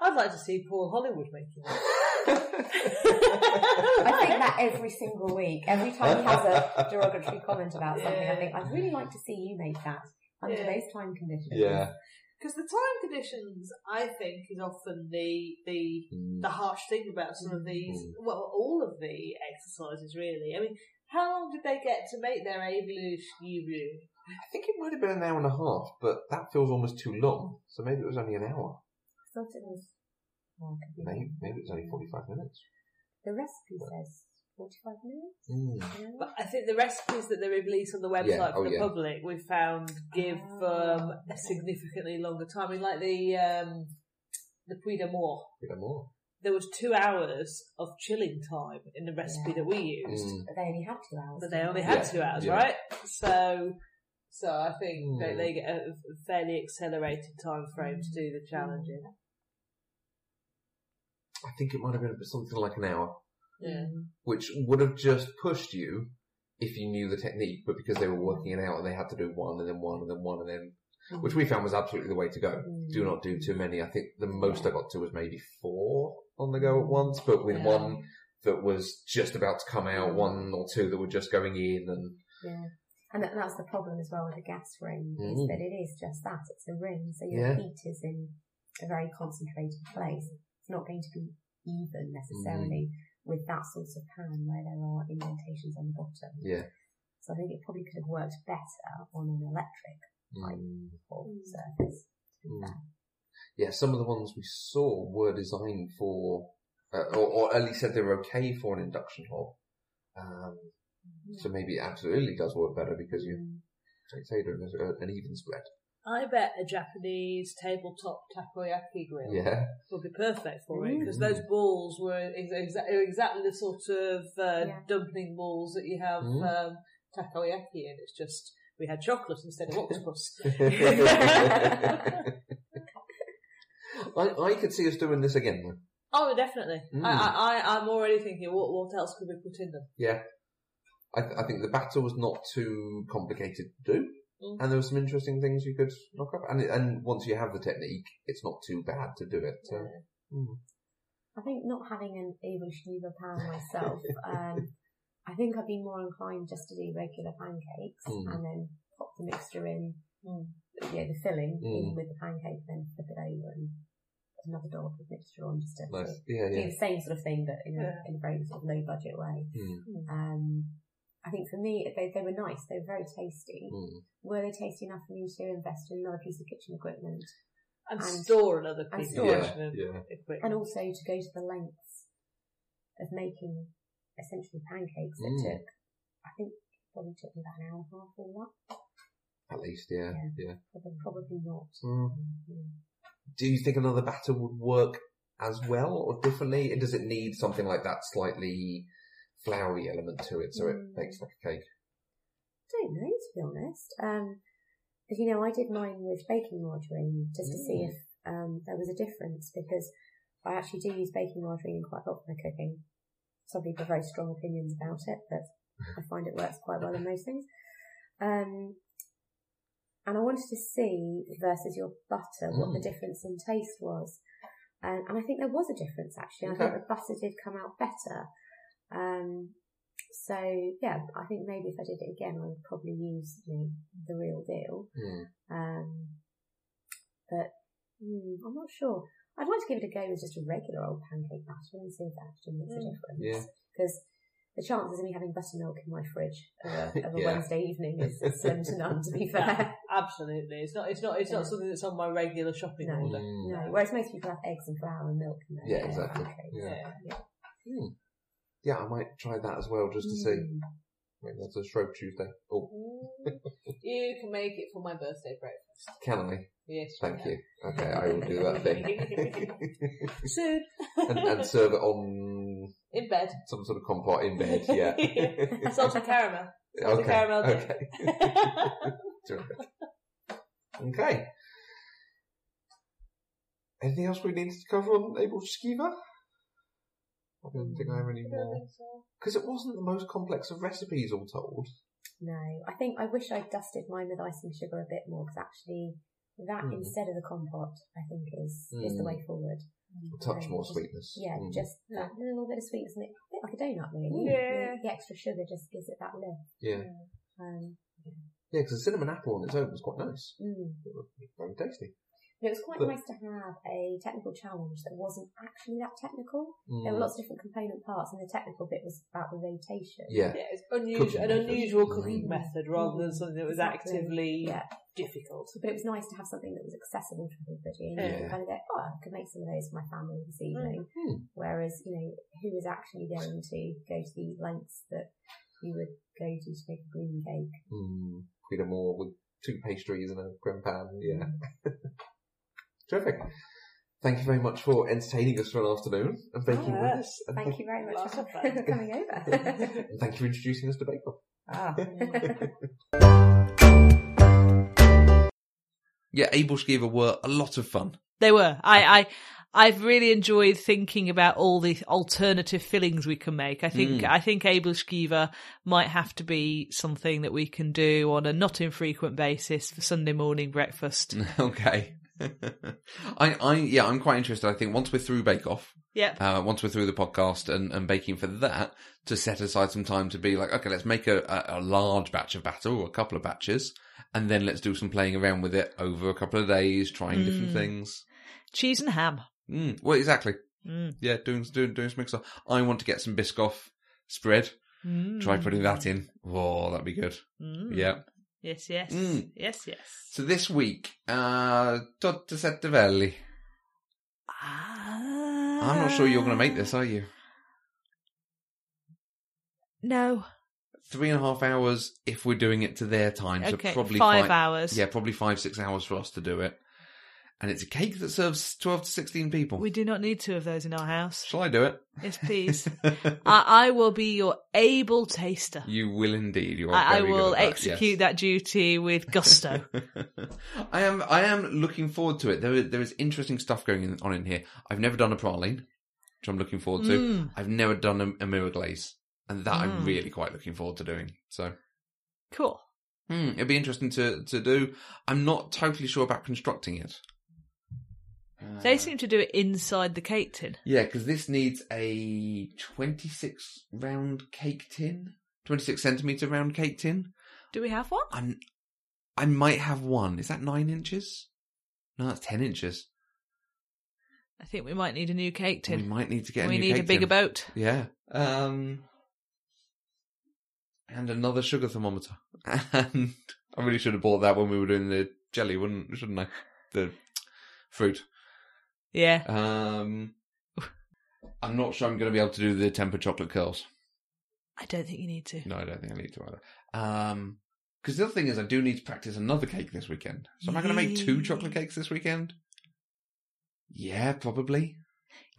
Speaker 2: I'd like to see Paul Hollywood making that.
Speaker 3: I think that every single week, every time he has a derogatory comment about something, I think I'd really like to see you make that under
Speaker 2: Yeah.
Speaker 3: those time conditions.
Speaker 1: Yeah.
Speaker 2: Because the time conditions, I think, is often the the
Speaker 1: Mm.
Speaker 2: the harsh thing about some of these, well, all of the exercises really. I mean, how long did they get to make their evolutionary room?
Speaker 1: I think it might have been an hour and a half, but that feels almost too long. So maybe it was only an hour.
Speaker 3: I thought it was. Well, I could be
Speaker 1: Maybe,
Speaker 3: wrong.
Speaker 1: maybe it was only 45 minutes.
Speaker 3: The recipe says 45 minutes.
Speaker 1: Mm.
Speaker 3: an hour.
Speaker 2: But I think the recipes that they release on the website
Speaker 1: Yeah,
Speaker 2: for
Speaker 1: oh
Speaker 2: the
Speaker 1: yeah. Ah.
Speaker 2: public, we found give um, a significantly longer time. I mean, like the um, the Puy d'Amour,
Speaker 1: Bit or more.
Speaker 2: there was two hours of chilling time in the recipe
Speaker 3: Yeah.
Speaker 2: that we used,
Speaker 1: Mm.
Speaker 3: But they only had two hours.
Speaker 2: but they only
Speaker 3: didn't
Speaker 2: had
Speaker 1: Yeah,
Speaker 2: two hours,
Speaker 1: yeah.
Speaker 2: right? So, so I think they,
Speaker 1: Hmm.
Speaker 2: they get a fairly accelerated time frame to do the challenging.
Speaker 1: I think it might have been something like an hour,
Speaker 2: Yeah.
Speaker 3: Mm.
Speaker 1: which would have just pushed you if you knew the technique, but because they were working it out and they had to do one and then one and then one and then, which we found was absolutely the way to go. Do not do too many. I think the most I got to was maybe four on the go at once, but with
Speaker 2: Yeah.
Speaker 1: one that was just about to come out, one or two that were just going in and
Speaker 3: Yeah. And that, that's the problem as well with a gas ring, is
Speaker 1: Mm.
Speaker 3: that it is just that. It's a ring, so your
Speaker 1: Yeah.
Speaker 3: heat is in a very concentrated place. It's not going to be even
Speaker 1: Mm.
Speaker 3: necessarily with that sort of pan where there are indentations on the bottom.
Speaker 1: yeah.
Speaker 3: So I think it probably could have worked better on an electric
Speaker 1: Mm.
Speaker 3: or surface. to be
Speaker 1: Mm.
Speaker 3: fair.
Speaker 1: yeah, some of the ones we saw were designed for, uh, or, or at least said they were okay for an induction hob. Um, so maybe it absolutely does work better because
Speaker 3: Mm.
Speaker 1: you take Taylor as a- uh, an even spread.
Speaker 2: I bet a Japanese tabletop takoyaki grill.
Speaker 1: Yeah.
Speaker 2: would be perfect for it because
Speaker 1: Mm.
Speaker 2: those balls were ex- exa- are exactly the sort of uh,
Speaker 3: Yeah.
Speaker 2: dumpling balls that you have
Speaker 1: Mm.
Speaker 2: um, takoyaki in. It's just we had chocolate instead of octopus.
Speaker 1: I, I could see us doing this again though.
Speaker 2: oh, definitely.
Speaker 1: Mm.
Speaker 2: I, I, I, I'm already thinking what what else could we put in them?
Speaker 1: Yeah. I, th- I think the batter was not too complicated to do.
Speaker 2: Mm.
Speaker 1: And there were some interesting things you could knock up. And, it- and once you have the technique, it's not too bad to do it. So, mm.
Speaker 3: I think not having an evolutionary pan myself, um, I think I'd be more inclined just to do regular pancakes
Speaker 1: Mm.
Speaker 3: and then pop the mixture in
Speaker 2: Mm.
Speaker 3: you know, the filling
Speaker 1: Mm.
Speaker 3: in with the pancake, then flip it over and put another dollop of mixture on just to
Speaker 1: Mm. nice. Yeah,
Speaker 3: do
Speaker 1: yeah.
Speaker 3: the same sort of thing, but in a,
Speaker 2: Yeah.
Speaker 3: in a very sort of low budget way.
Speaker 1: Mm.
Speaker 2: Hmm.
Speaker 3: Um, I think for me, they, they were nice. They were very tasty.
Speaker 1: Mm.
Speaker 3: Were they tasty enough for me to invest in another piece of kitchen equipment?
Speaker 2: And,
Speaker 3: And-
Speaker 2: store another
Speaker 3: and
Speaker 2: piece
Speaker 3: store.
Speaker 2: of
Speaker 1: Yeah,
Speaker 2: original
Speaker 1: yeah.
Speaker 2: equipment.
Speaker 3: And also to go to the lengths of making essentially pancakes that
Speaker 1: Mm.
Speaker 3: took, I think it probably took me about an hour and a half all that.
Speaker 1: At least, yeah,
Speaker 3: Yeah.
Speaker 1: yeah.
Speaker 3: Probably, probably not. Yeah.
Speaker 1: Mm-hmm. Do you think another batter would work as well or differently? Or Does it need something like that slightly floury element to it so it
Speaker 3: Mm.
Speaker 1: makes like a cake?
Speaker 3: don't know to be honest. Um, but you know, I did mine with baking margarine just to see
Speaker 1: Mm.
Speaker 3: if um, there was a difference because I actually do use baking margarine quite a lot for my cooking. Some people have very strong opinions about it, but I find it works quite well in most things. Um, and I wanted to see versus your butter what the
Speaker 1: Mm.
Speaker 3: difference in taste was. Um, and I think there was a difference actually. I
Speaker 1: Okay.
Speaker 3: think the butter did come out better. Um, so yeah, I think maybe if I did it again, I would probably use you know, the real deal.
Speaker 1: Mm.
Speaker 3: Um, but mm, I'm not sure. I'd like to give it a go with just a regular old pancake batter and see if that actually makes a
Speaker 2: Mm.
Speaker 3: difference.
Speaker 1: Yeah.
Speaker 3: Because the chances of me having buttermilk in my fridge of a, of a
Speaker 1: Yeah.
Speaker 3: Wednesday evening is slim to none, to be
Speaker 2: No,
Speaker 3: fair.
Speaker 2: absolutely. It's not. It's not. It's not
Speaker 3: Yeah.
Speaker 2: something that's on my regular shopping
Speaker 3: No.
Speaker 2: order.
Speaker 1: Mm.
Speaker 3: No, whereas most people have eggs and flour and milk in their
Speaker 1: Yeah,
Speaker 3: their
Speaker 1: exactly.
Speaker 3: pancakes.
Speaker 1: Yeah.
Speaker 3: Yeah.
Speaker 1: Mm. Yeah, I might try that as well just to see.
Speaker 3: Mm.
Speaker 1: Maybe that's a Shrove Tuesday. Oh,
Speaker 2: Mm. you can make it for my birthday breakfast.
Speaker 1: can I?
Speaker 2: Yes.
Speaker 1: Thank you. Okay, I will do that then.
Speaker 2: Soon.
Speaker 1: and, and serve it on
Speaker 2: In bed.
Speaker 1: some sort of compote in bed, yeah.
Speaker 2: Salted caramel. Salted
Speaker 1: okay,
Speaker 2: caramel dip.
Speaker 1: okay. Terrific. Okay. Anything else we needed to cover on Abel Skiva? I don't think I have any
Speaker 2: I don't
Speaker 1: more.
Speaker 2: think so.
Speaker 1: Because it wasn't the most complex of recipes, all told.
Speaker 3: No, I think I wish I'd dusted mine with icing sugar a bit more because actually that
Speaker 1: Mm.
Speaker 3: instead of the compote, I think is is the
Speaker 1: Mm.
Speaker 3: way forward.
Speaker 1: A touch
Speaker 3: Um,
Speaker 1: more
Speaker 3: just-
Speaker 1: sweetness.
Speaker 3: Yeah,
Speaker 1: Mm.
Speaker 3: just that little bit of sweetness, and it- a bit like a donut really.
Speaker 2: Yeah.
Speaker 3: The, the extra sugar just gives it that lift.
Speaker 1: Yeah,
Speaker 3: Um,
Speaker 1: yeah. Because the cinnamon apple on its own was quite nice.
Speaker 3: mm.
Speaker 1: It was very tasty.
Speaker 3: But it was quite
Speaker 6: But-
Speaker 3: nice to have a technical challenge that wasn't actually that technical. There
Speaker 1: Hmm.
Speaker 6: Mm.
Speaker 3: were lots of different component parts, and the technical bit was about the
Speaker 1: Mm.
Speaker 3: rotation.
Speaker 6: Yeah.
Speaker 4: Yeah, it's unusual,
Speaker 6: Cooking
Speaker 4: an
Speaker 6: method.
Speaker 4: unusual cooking
Speaker 6: Mm.
Speaker 4: method rather than something that was
Speaker 3: Exactly.
Speaker 4: actively
Speaker 3: Yeah.
Speaker 4: difficult.
Speaker 3: But it was nice to have something that was accessible to everybody. And you
Speaker 6: Yeah.
Speaker 3: could kind of go, oh, I could make some of those for my family this evening.
Speaker 6: Hmm.
Speaker 3: Whereas, you know, who is actually going to go to the lengths that you would go to to make a green cake?
Speaker 6: Mm. Queen of Moor with two pastries and a creme pan. Yeah. Terrific. Thank you very much for entertaining us for an afternoon and baking with
Speaker 4: Yes.
Speaker 6: us. And
Speaker 3: Thank you very much
Speaker 4: Lots
Speaker 3: for
Speaker 4: of fun.
Speaker 3: coming over.
Speaker 6: And thank you for introducing us to Bake Off.
Speaker 1: Yeah, Abel Skiva were a lot of fun.
Speaker 2: They were. I, I, I've really enjoyed thinking about all the alternative fillings we can make. I think,
Speaker 1: Mm.
Speaker 2: I think Abel Skiva might have to be something that we can do on a not infrequent basis for Sunday morning breakfast.
Speaker 1: okay. I, I, yeah, I'm quite interested. I think once we're through Bake Off,
Speaker 2: yep.
Speaker 1: uh, once we're through the podcast and, and baking for that, to set aside some time to be like, okay, let's make a, a, a large batch of batter or a couple of batches, and then let's do some playing around with it over a couple of days, trying different
Speaker 2: Mm.
Speaker 1: things.
Speaker 2: Cheese and ham.
Speaker 1: Mm, well, exactly.
Speaker 2: Mm.
Speaker 1: Yeah, doing doing doing some mixer. I want to get some Biscoff spread.
Speaker 2: Mm.
Speaker 1: Try putting that in. Oh, that'd be good.
Speaker 2: Mm.
Speaker 1: Yeah.
Speaker 2: Yes, yes.
Speaker 1: Mm.
Speaker 2: Yes, yes.
Speaker 1: So this week, uh, Totte Settevelli. I'm not sure you're going to make this, are you?
Speaker 2: No.
Speaker 1: Three and a half hours if we're doing it to their time.
Speaker 2: okay.
Speaker 1: so probably
Speaker 2: five, hours.
Speaker 1: Yeah, probably five, six hours for us to do it. And it's a cake that serves 12 to 16 people.
Speaker 2: We do not need two of those in our house.
Speaker 1: Shall I do it?
Speaker 2: Yes, please. I, I will be your able taster.
Speaker 1: you will indeed. You're
Speaker 2: I, I
Speaker 1: very good
Speaker 2: will
Speaker 1: at that,
Speaker 2: execute
Speaker 1: yes.
Speaker 2: that duty with gusto.
Speaker 1: I am. I am looking forward to it. There, is- there is interesting stuff going in, on in here. I've never done a praline, which I'm looking forward to.
Speaker 2: Mm.
Speaker 1: I've never done a, a mirror glaze, and that I'm
Speaker 2: Mm.
Speaker 1: really quite looking forward to doing. So
Speaker 2: Cool.
Speaker 1: hmm, it'd be interesting to to do. I'm not totally sure about constructing it.
Speaker 2: They seem to do it inside the cake tin.
Speaker 1: Yeah, because this needs a 26 round cake tin, 26 centimeter round cake tin.
Speaker 2: Do we have one?
Speaker 1: I'm, I might have one. Is that nine inches? No, that's 10 inches.
Speaker 2: I think we might need a new cake
Speaker 1: We
Speaker 2: tin.
Speaker 1: might need to Mm, get a
Speaker 2: we
Speaker 1: new
Speaker 2: need a
Speaker 1: cake
Speaker 2: bigger
Speaker 1: tin.
Speaker 2: boat.
Speaker 1: Yeah. Um, and another sugar thermometer. And I really should have bought that when we were doing the jelly, wouldn't, shouldn't I? The fruit.
Speaker 2: Yeah.
Speaker 1: Um, I'm not sure I'm going to be able to do the temper chocolate curls.
Speaker 2: I don't think you need to.
Speaker 1: No, I don't think I need to either. Um 'cause because the other thing is, I do need to practice another cake this weekend. So am I going to make two
Speaker 2: Yee.
Speaker 1: chocolate cakes this weekend? Yeah, probably.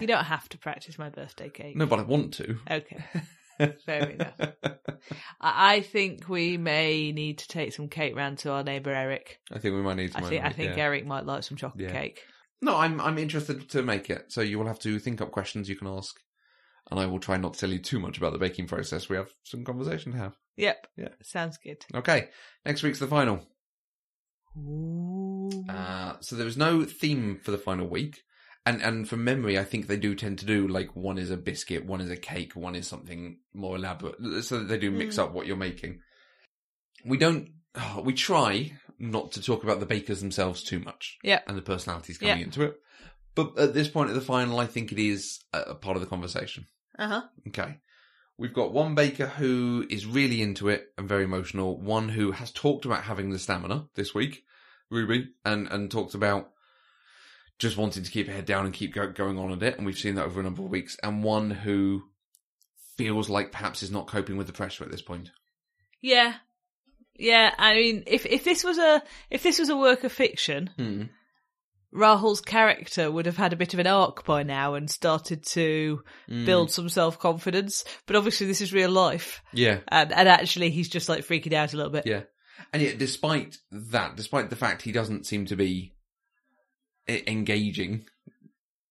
Speaker 2: You don't have to practice my birthday cake.
Speaker 1: No, but I want to.
Speaker 2: Okay. Fair enough. I I think we may need to take some cake round to our neighbour Eric.
Speaker 1: I think we might need to.
Speaker 2: I
Speaker 1: make
Speaker 2: think I
Speaker 1: it,
Speaker 2: think
Speaker 1: yeah.
Speaker 2: Eric might like some chocolate
Speaker 1: Yeah.
Speaker 2: cake.
Speaker 1: No, I'm I'm interested to make it. So you will have to think up questions you can ask, and I will try not to tell you too much about the baking process. We have some conversation to have.
Speaker 2: Yep.
Speaker 1: Yeah.
Speaker 2: Sounds good.
Speaker 1: Okay, next week's the final.
Speaker 2: Mm-hmm.
Speaker 1: Uh, so there was no theme for the final week, and and from memory, I think they do tend to do like one is a biscuit, one is a cake, one is something more elaborate. So they do
Speaker 2: Mm.
Speaker 1: mix up what you're making. We don't. We try not to talk about the bakers themselves too much.
Speaker 2: Yeah.
Speaker 1: and the personalities coming into it. But at this point, at the final, I think it is a, a part of the conversation.
Speaker 2: Uh huh.
Speaker 1: Okay. We've got one baker who is really into it and very emotional, one who has talked about having the stamina this week, Ruby, and, and talked about just wanting to keep her head down and keep go, going on at it. And we've seen that over a number of weeks. And one who feels like perhaps is not coping with the pressure at this point.
Speaker 2: Yeah. Yeah, I mean, if if this was a if this was a work of fiction,
Speaker 1: Hmm.
Speaker 2: Rahul's character would have had a bit of an arc by now and started to
Speaker 1: Hmm.
Speaker 2: build some self confidence. But obviously, this is real life,
Speaker 1: Yeah.
Speaker 2: and and actually, he's just like freaking out a little bit.
Speaker 1: Yeah. And yet, despite that, despite the fact he doesn't seem to be e- engaging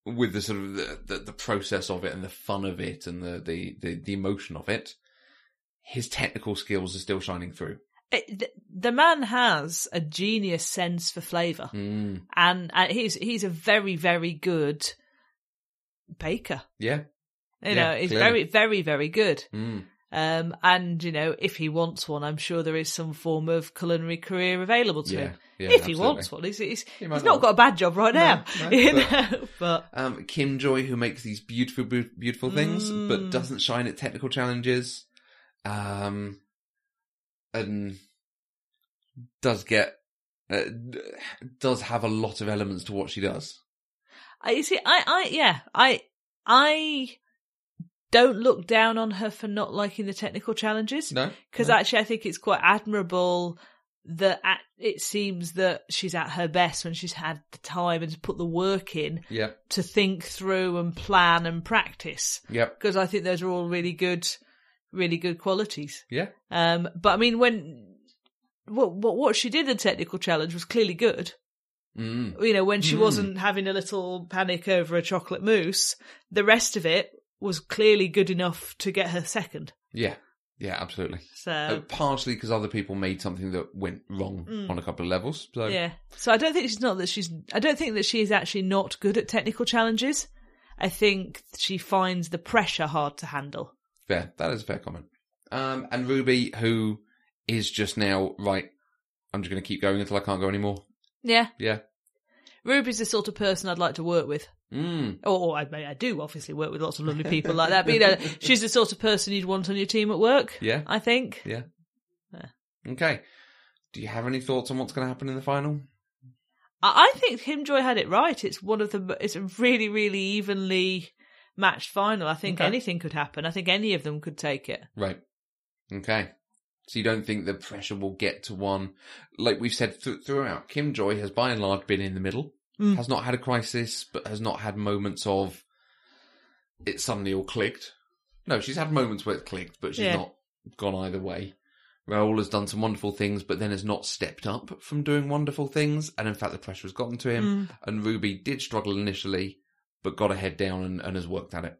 Speaker 1: with the sort of the, the, the process of it and the fun of it and the, the, the, the emotion of it, his technical skills are still shining through.
Speaker 2: It- th- the man has a genius sense for flavour,
Speaker 1: Mm.
Speaker 2: and, and he's he's a very very good baker.
Speaker 1: Yeah.
Speaker 2: You
Speaker 1: Yeah,
Speaker 2: know, he's
Speaker 1: clearly.
Speaker 2: very very very good.
Speaker 1: Mm.
Speaker 2: Um, and you know, if he wants one, I'm sure there is some form of culinary career available to
Speaker 1: Yeah,
Speaker 2: him.
Speaker 1: yeah,
Speaker 2: if he
Speaker 1: absolutely.
Speaker 2: wants one, he's, he's,
Speaker 1: He might
Speaker 2: he's not got a bad job right now.
Speaker 1: no,
Speaker 2: you
Speaker 1: but-
Speaker 2: know? but
Speaker 1: Um, Kim Joy, who makes these beautiful, bu- beautiful things, but
Speaker 2: Mm.
Speaker 1: doesn't shine at technical challenges, um, and does get, uh, does have a lot of elements to what she does.
Speaker 2: I, you see, I, I, yeah, I, I don't look down on her for not liking the technical challenges.
Speaker 1: No,
Speaker 2: because
Speaker 1: no.
Speaker 2: actually I think it's quite admirable that at, it seems that she's at her best when she's had the time and to put the work in
Speaker 1: yeah,
Speaker 2: to think through and plan and practice
Speaker 1: yep,
Speaker 2: because I think those are all really good, really good qualities.
Speaker 1: yeah,
Speaker 2: Um, but I mean, when what what what she did in technical challenge was clearly good.
Speaker 1: mm,
Speaker 2: You know, when she
Speaker 1: Mm.
Speaker 2: wasn't having a little panic over a chocolate mousse, the rest of it was clearly good enough to get her second.
Speaker 1: yeah, yeah, absolutely.
Speaker 2: So
Speaker 1: Uh, partially because other people made something that went wrong on a couple of levels. So
Speaker 2: Mm. Yeah. So I don't think she's not that she's. I don't think that she is actually not good at technical challenges. I think she finds the pressure hard to handle.
Speaker 1: Fair. That is a fair comment. Um, and Ruby, who is just now, right, I'm just going to keep going until I can't go anymore.
Speaker 2: Yeah.
Speaker 1: Yeah.
Speaker 2: Ruby's the sort of person I'd like to work with.
Speaker 1: Mm.
Speaker 2: Or, or I, mean, I do obviously work with lots of lovely people like that, but you know, she's the sort of person you'd want on your team at work.
Speaker 1: Yeah.
Speaker 2: I think.
Speaker 1: Yeah. Okay. Do you have any thoughts on what's going to happen in the final?
Speaker 2: I, I think Himjoy had it right. It's one of the. It's a really, really evenly matched final. I think
Speaker 1: Okay.
Speaker 2: anything could happen. I think any of them could take it.
Speaker 1: Right. Okay. So you don't think the pressure will get to one, like we've said th- throughout. Kim Joy has by and large been in the middle,
Speaker 2: Mm.
Speaker 1: has not had a crisis, but has not had moments of it suddenly all clicked. No, she's had moments where it clicked, but she's
Speaker 2: Yeah.
Speaker 1: not gone either way. Raoul has done some wonderful things, but then has not stepped up from doing wonderful things. And in fact, the pressure has gotten to him.
Speaker 2: Mm.
Speaker 1: And Ruby did struggle initially, but got her head down and, and has worked at it.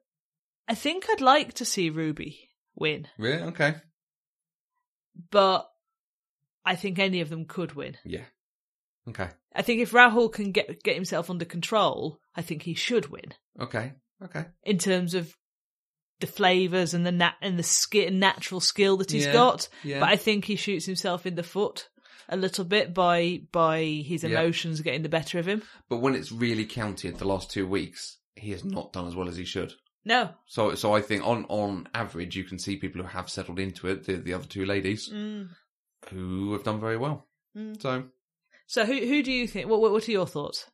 Speaker 2: I think I'd like to see Ruby win.
Speaker 1: Really? Okay.
Speaker 2: but I think any of them could win.
Speaker 1: Yeah. Okay.
Speaker 2: I think if Rahul can get get himself under control, I think he should win
Speaker 1: Okay. Okay.
Speaker 2: in terms of the flavors and the nat- and the sk- natural skill that he's
Speaker 1: Yeah,
Speaker 2: got.
Speaker 1: yeah.
Speaker 2: But I think he shoots himself in the foot a little bit by by his
Speaker 1: Yeah.
Speaker 2: emotions getting the better of him.
Speaker 1: But when it's really counted the last two weeks, he has not done as well as he should.
Speaker 2: No,
Speaker 1: So, so I think on, on average, you can see people who have settled into it, the, the other two ladies,
Speaker 2: Mm.
Speaker 1: who have done very well. So
Speaker 2: so who who do you think? What what- what are your thoughts?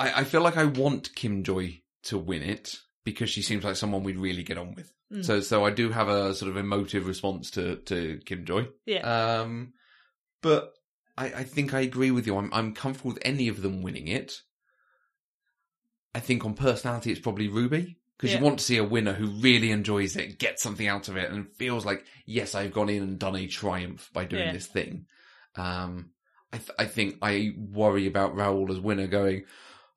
Speaker 1: I, I feel like I want Kim Joy to win it because she seems like someone we'd really get on with.
Speaker 2: Mm.
Speaker 1: So, so I do have a sort of emotive response to, to Kim Joy.
Speaker 2: Yeah.
Speaker 1: Um, but I, I think I agree with you. I'm, I'm comfortable with any of them winning it. I think on personality, it's probably Ruby because
Speaker 2: Yeah.
Speaker 1: you want to see a winner who really enjoys it, gets something out of it, and feels like, yes, I've gone in and done a triumph by doing
Speaker 2: Yeah.
Speaker 1: this thing. Um, I, th- I think I worry about Raoul as winner going,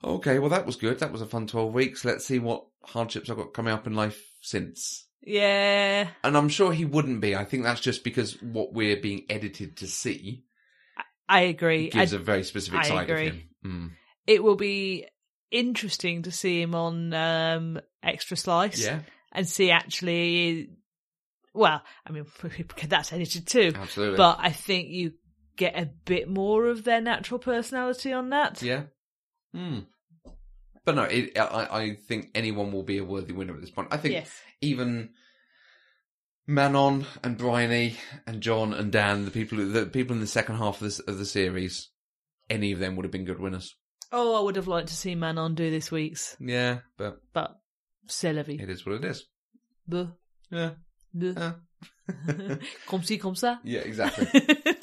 Speaker 1: okay, well, that was good. That was a fun 12 weeks. Let's see what hardships I've got coming up in life since.
Speaker 2: Yeah,
Speaker 1: And I'm sure he wouldn't be. I think that's just because what we're being edited to see
Speaker 2: I agree. I-
Speaker 1: gives a very specific
Speaker 2: I
Speaker 1: side
Speaker 2: agree.
Speaker 1: of him. Mm.
Speaker 2: it will be interesting to see him on um, Extra Slice.
Speaker 1: Yeah,
Speaker 2: and see actually well i mean that's edited too
Speaker 1: absolutely.
Speaker 2: but i think you get a bit more of their natural personality on that
Speaker 1: Yeah. Hmm. But no, it, I, I think anyone will be a worthy winner at this point. I think
Speaker 2: Yes.
Speaker 1: even Manon and Bryony and John and Dan, the people who- the people in the second half of, this, of the series, any of them would have been good winners.
Speaker 2: oh i would have liked to see manon do this week's
Speaker 1: Yeah, but
Speaker 2: but c'est la vie
Speaker 1: it is what it is.
Speaker 2: Buh,
Speaker 1: Yeah.
Speaker 2: buh.
Speaker 1: Yeah.
Speaker 2: comme ci comme ça
Speaker 1: Yeah, exactly.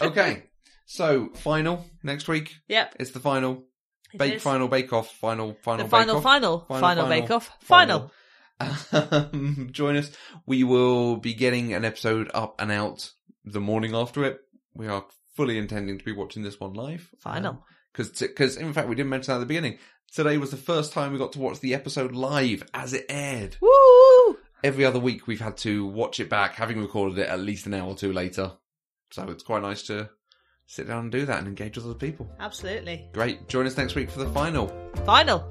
Speaker 1: okay. So, final next week.
Speaker 2: yep
Speaker 1: It's the final.
Speaker 2: it
Speaker 1: bake
Speaker 2: is.
Speaker 1: final bake off. Final final
Speaker 2: the final
Speaker 1: bake-off.
Speaker 2: final final, bake off final,
Speaker 1: Um, join us. We will be getting an episode up and out the morning after it. We are fully intending to be watching this one live.
Speaker 2: Final.
Speaker 1: Because, because in fact, we didn't mention that at the beginning. Today was the first time we got to watch the episode live as it aired.
Speaker 2: woo
Speaker 1: Every other week we've had to watch it back, having recorded it at least an hour or two later. So it's quite nice to sit down and do that and engage with other people.
Speaker 2: absolutely
Speaker 1: Great. Join us next week for the final.
Speaker 2: final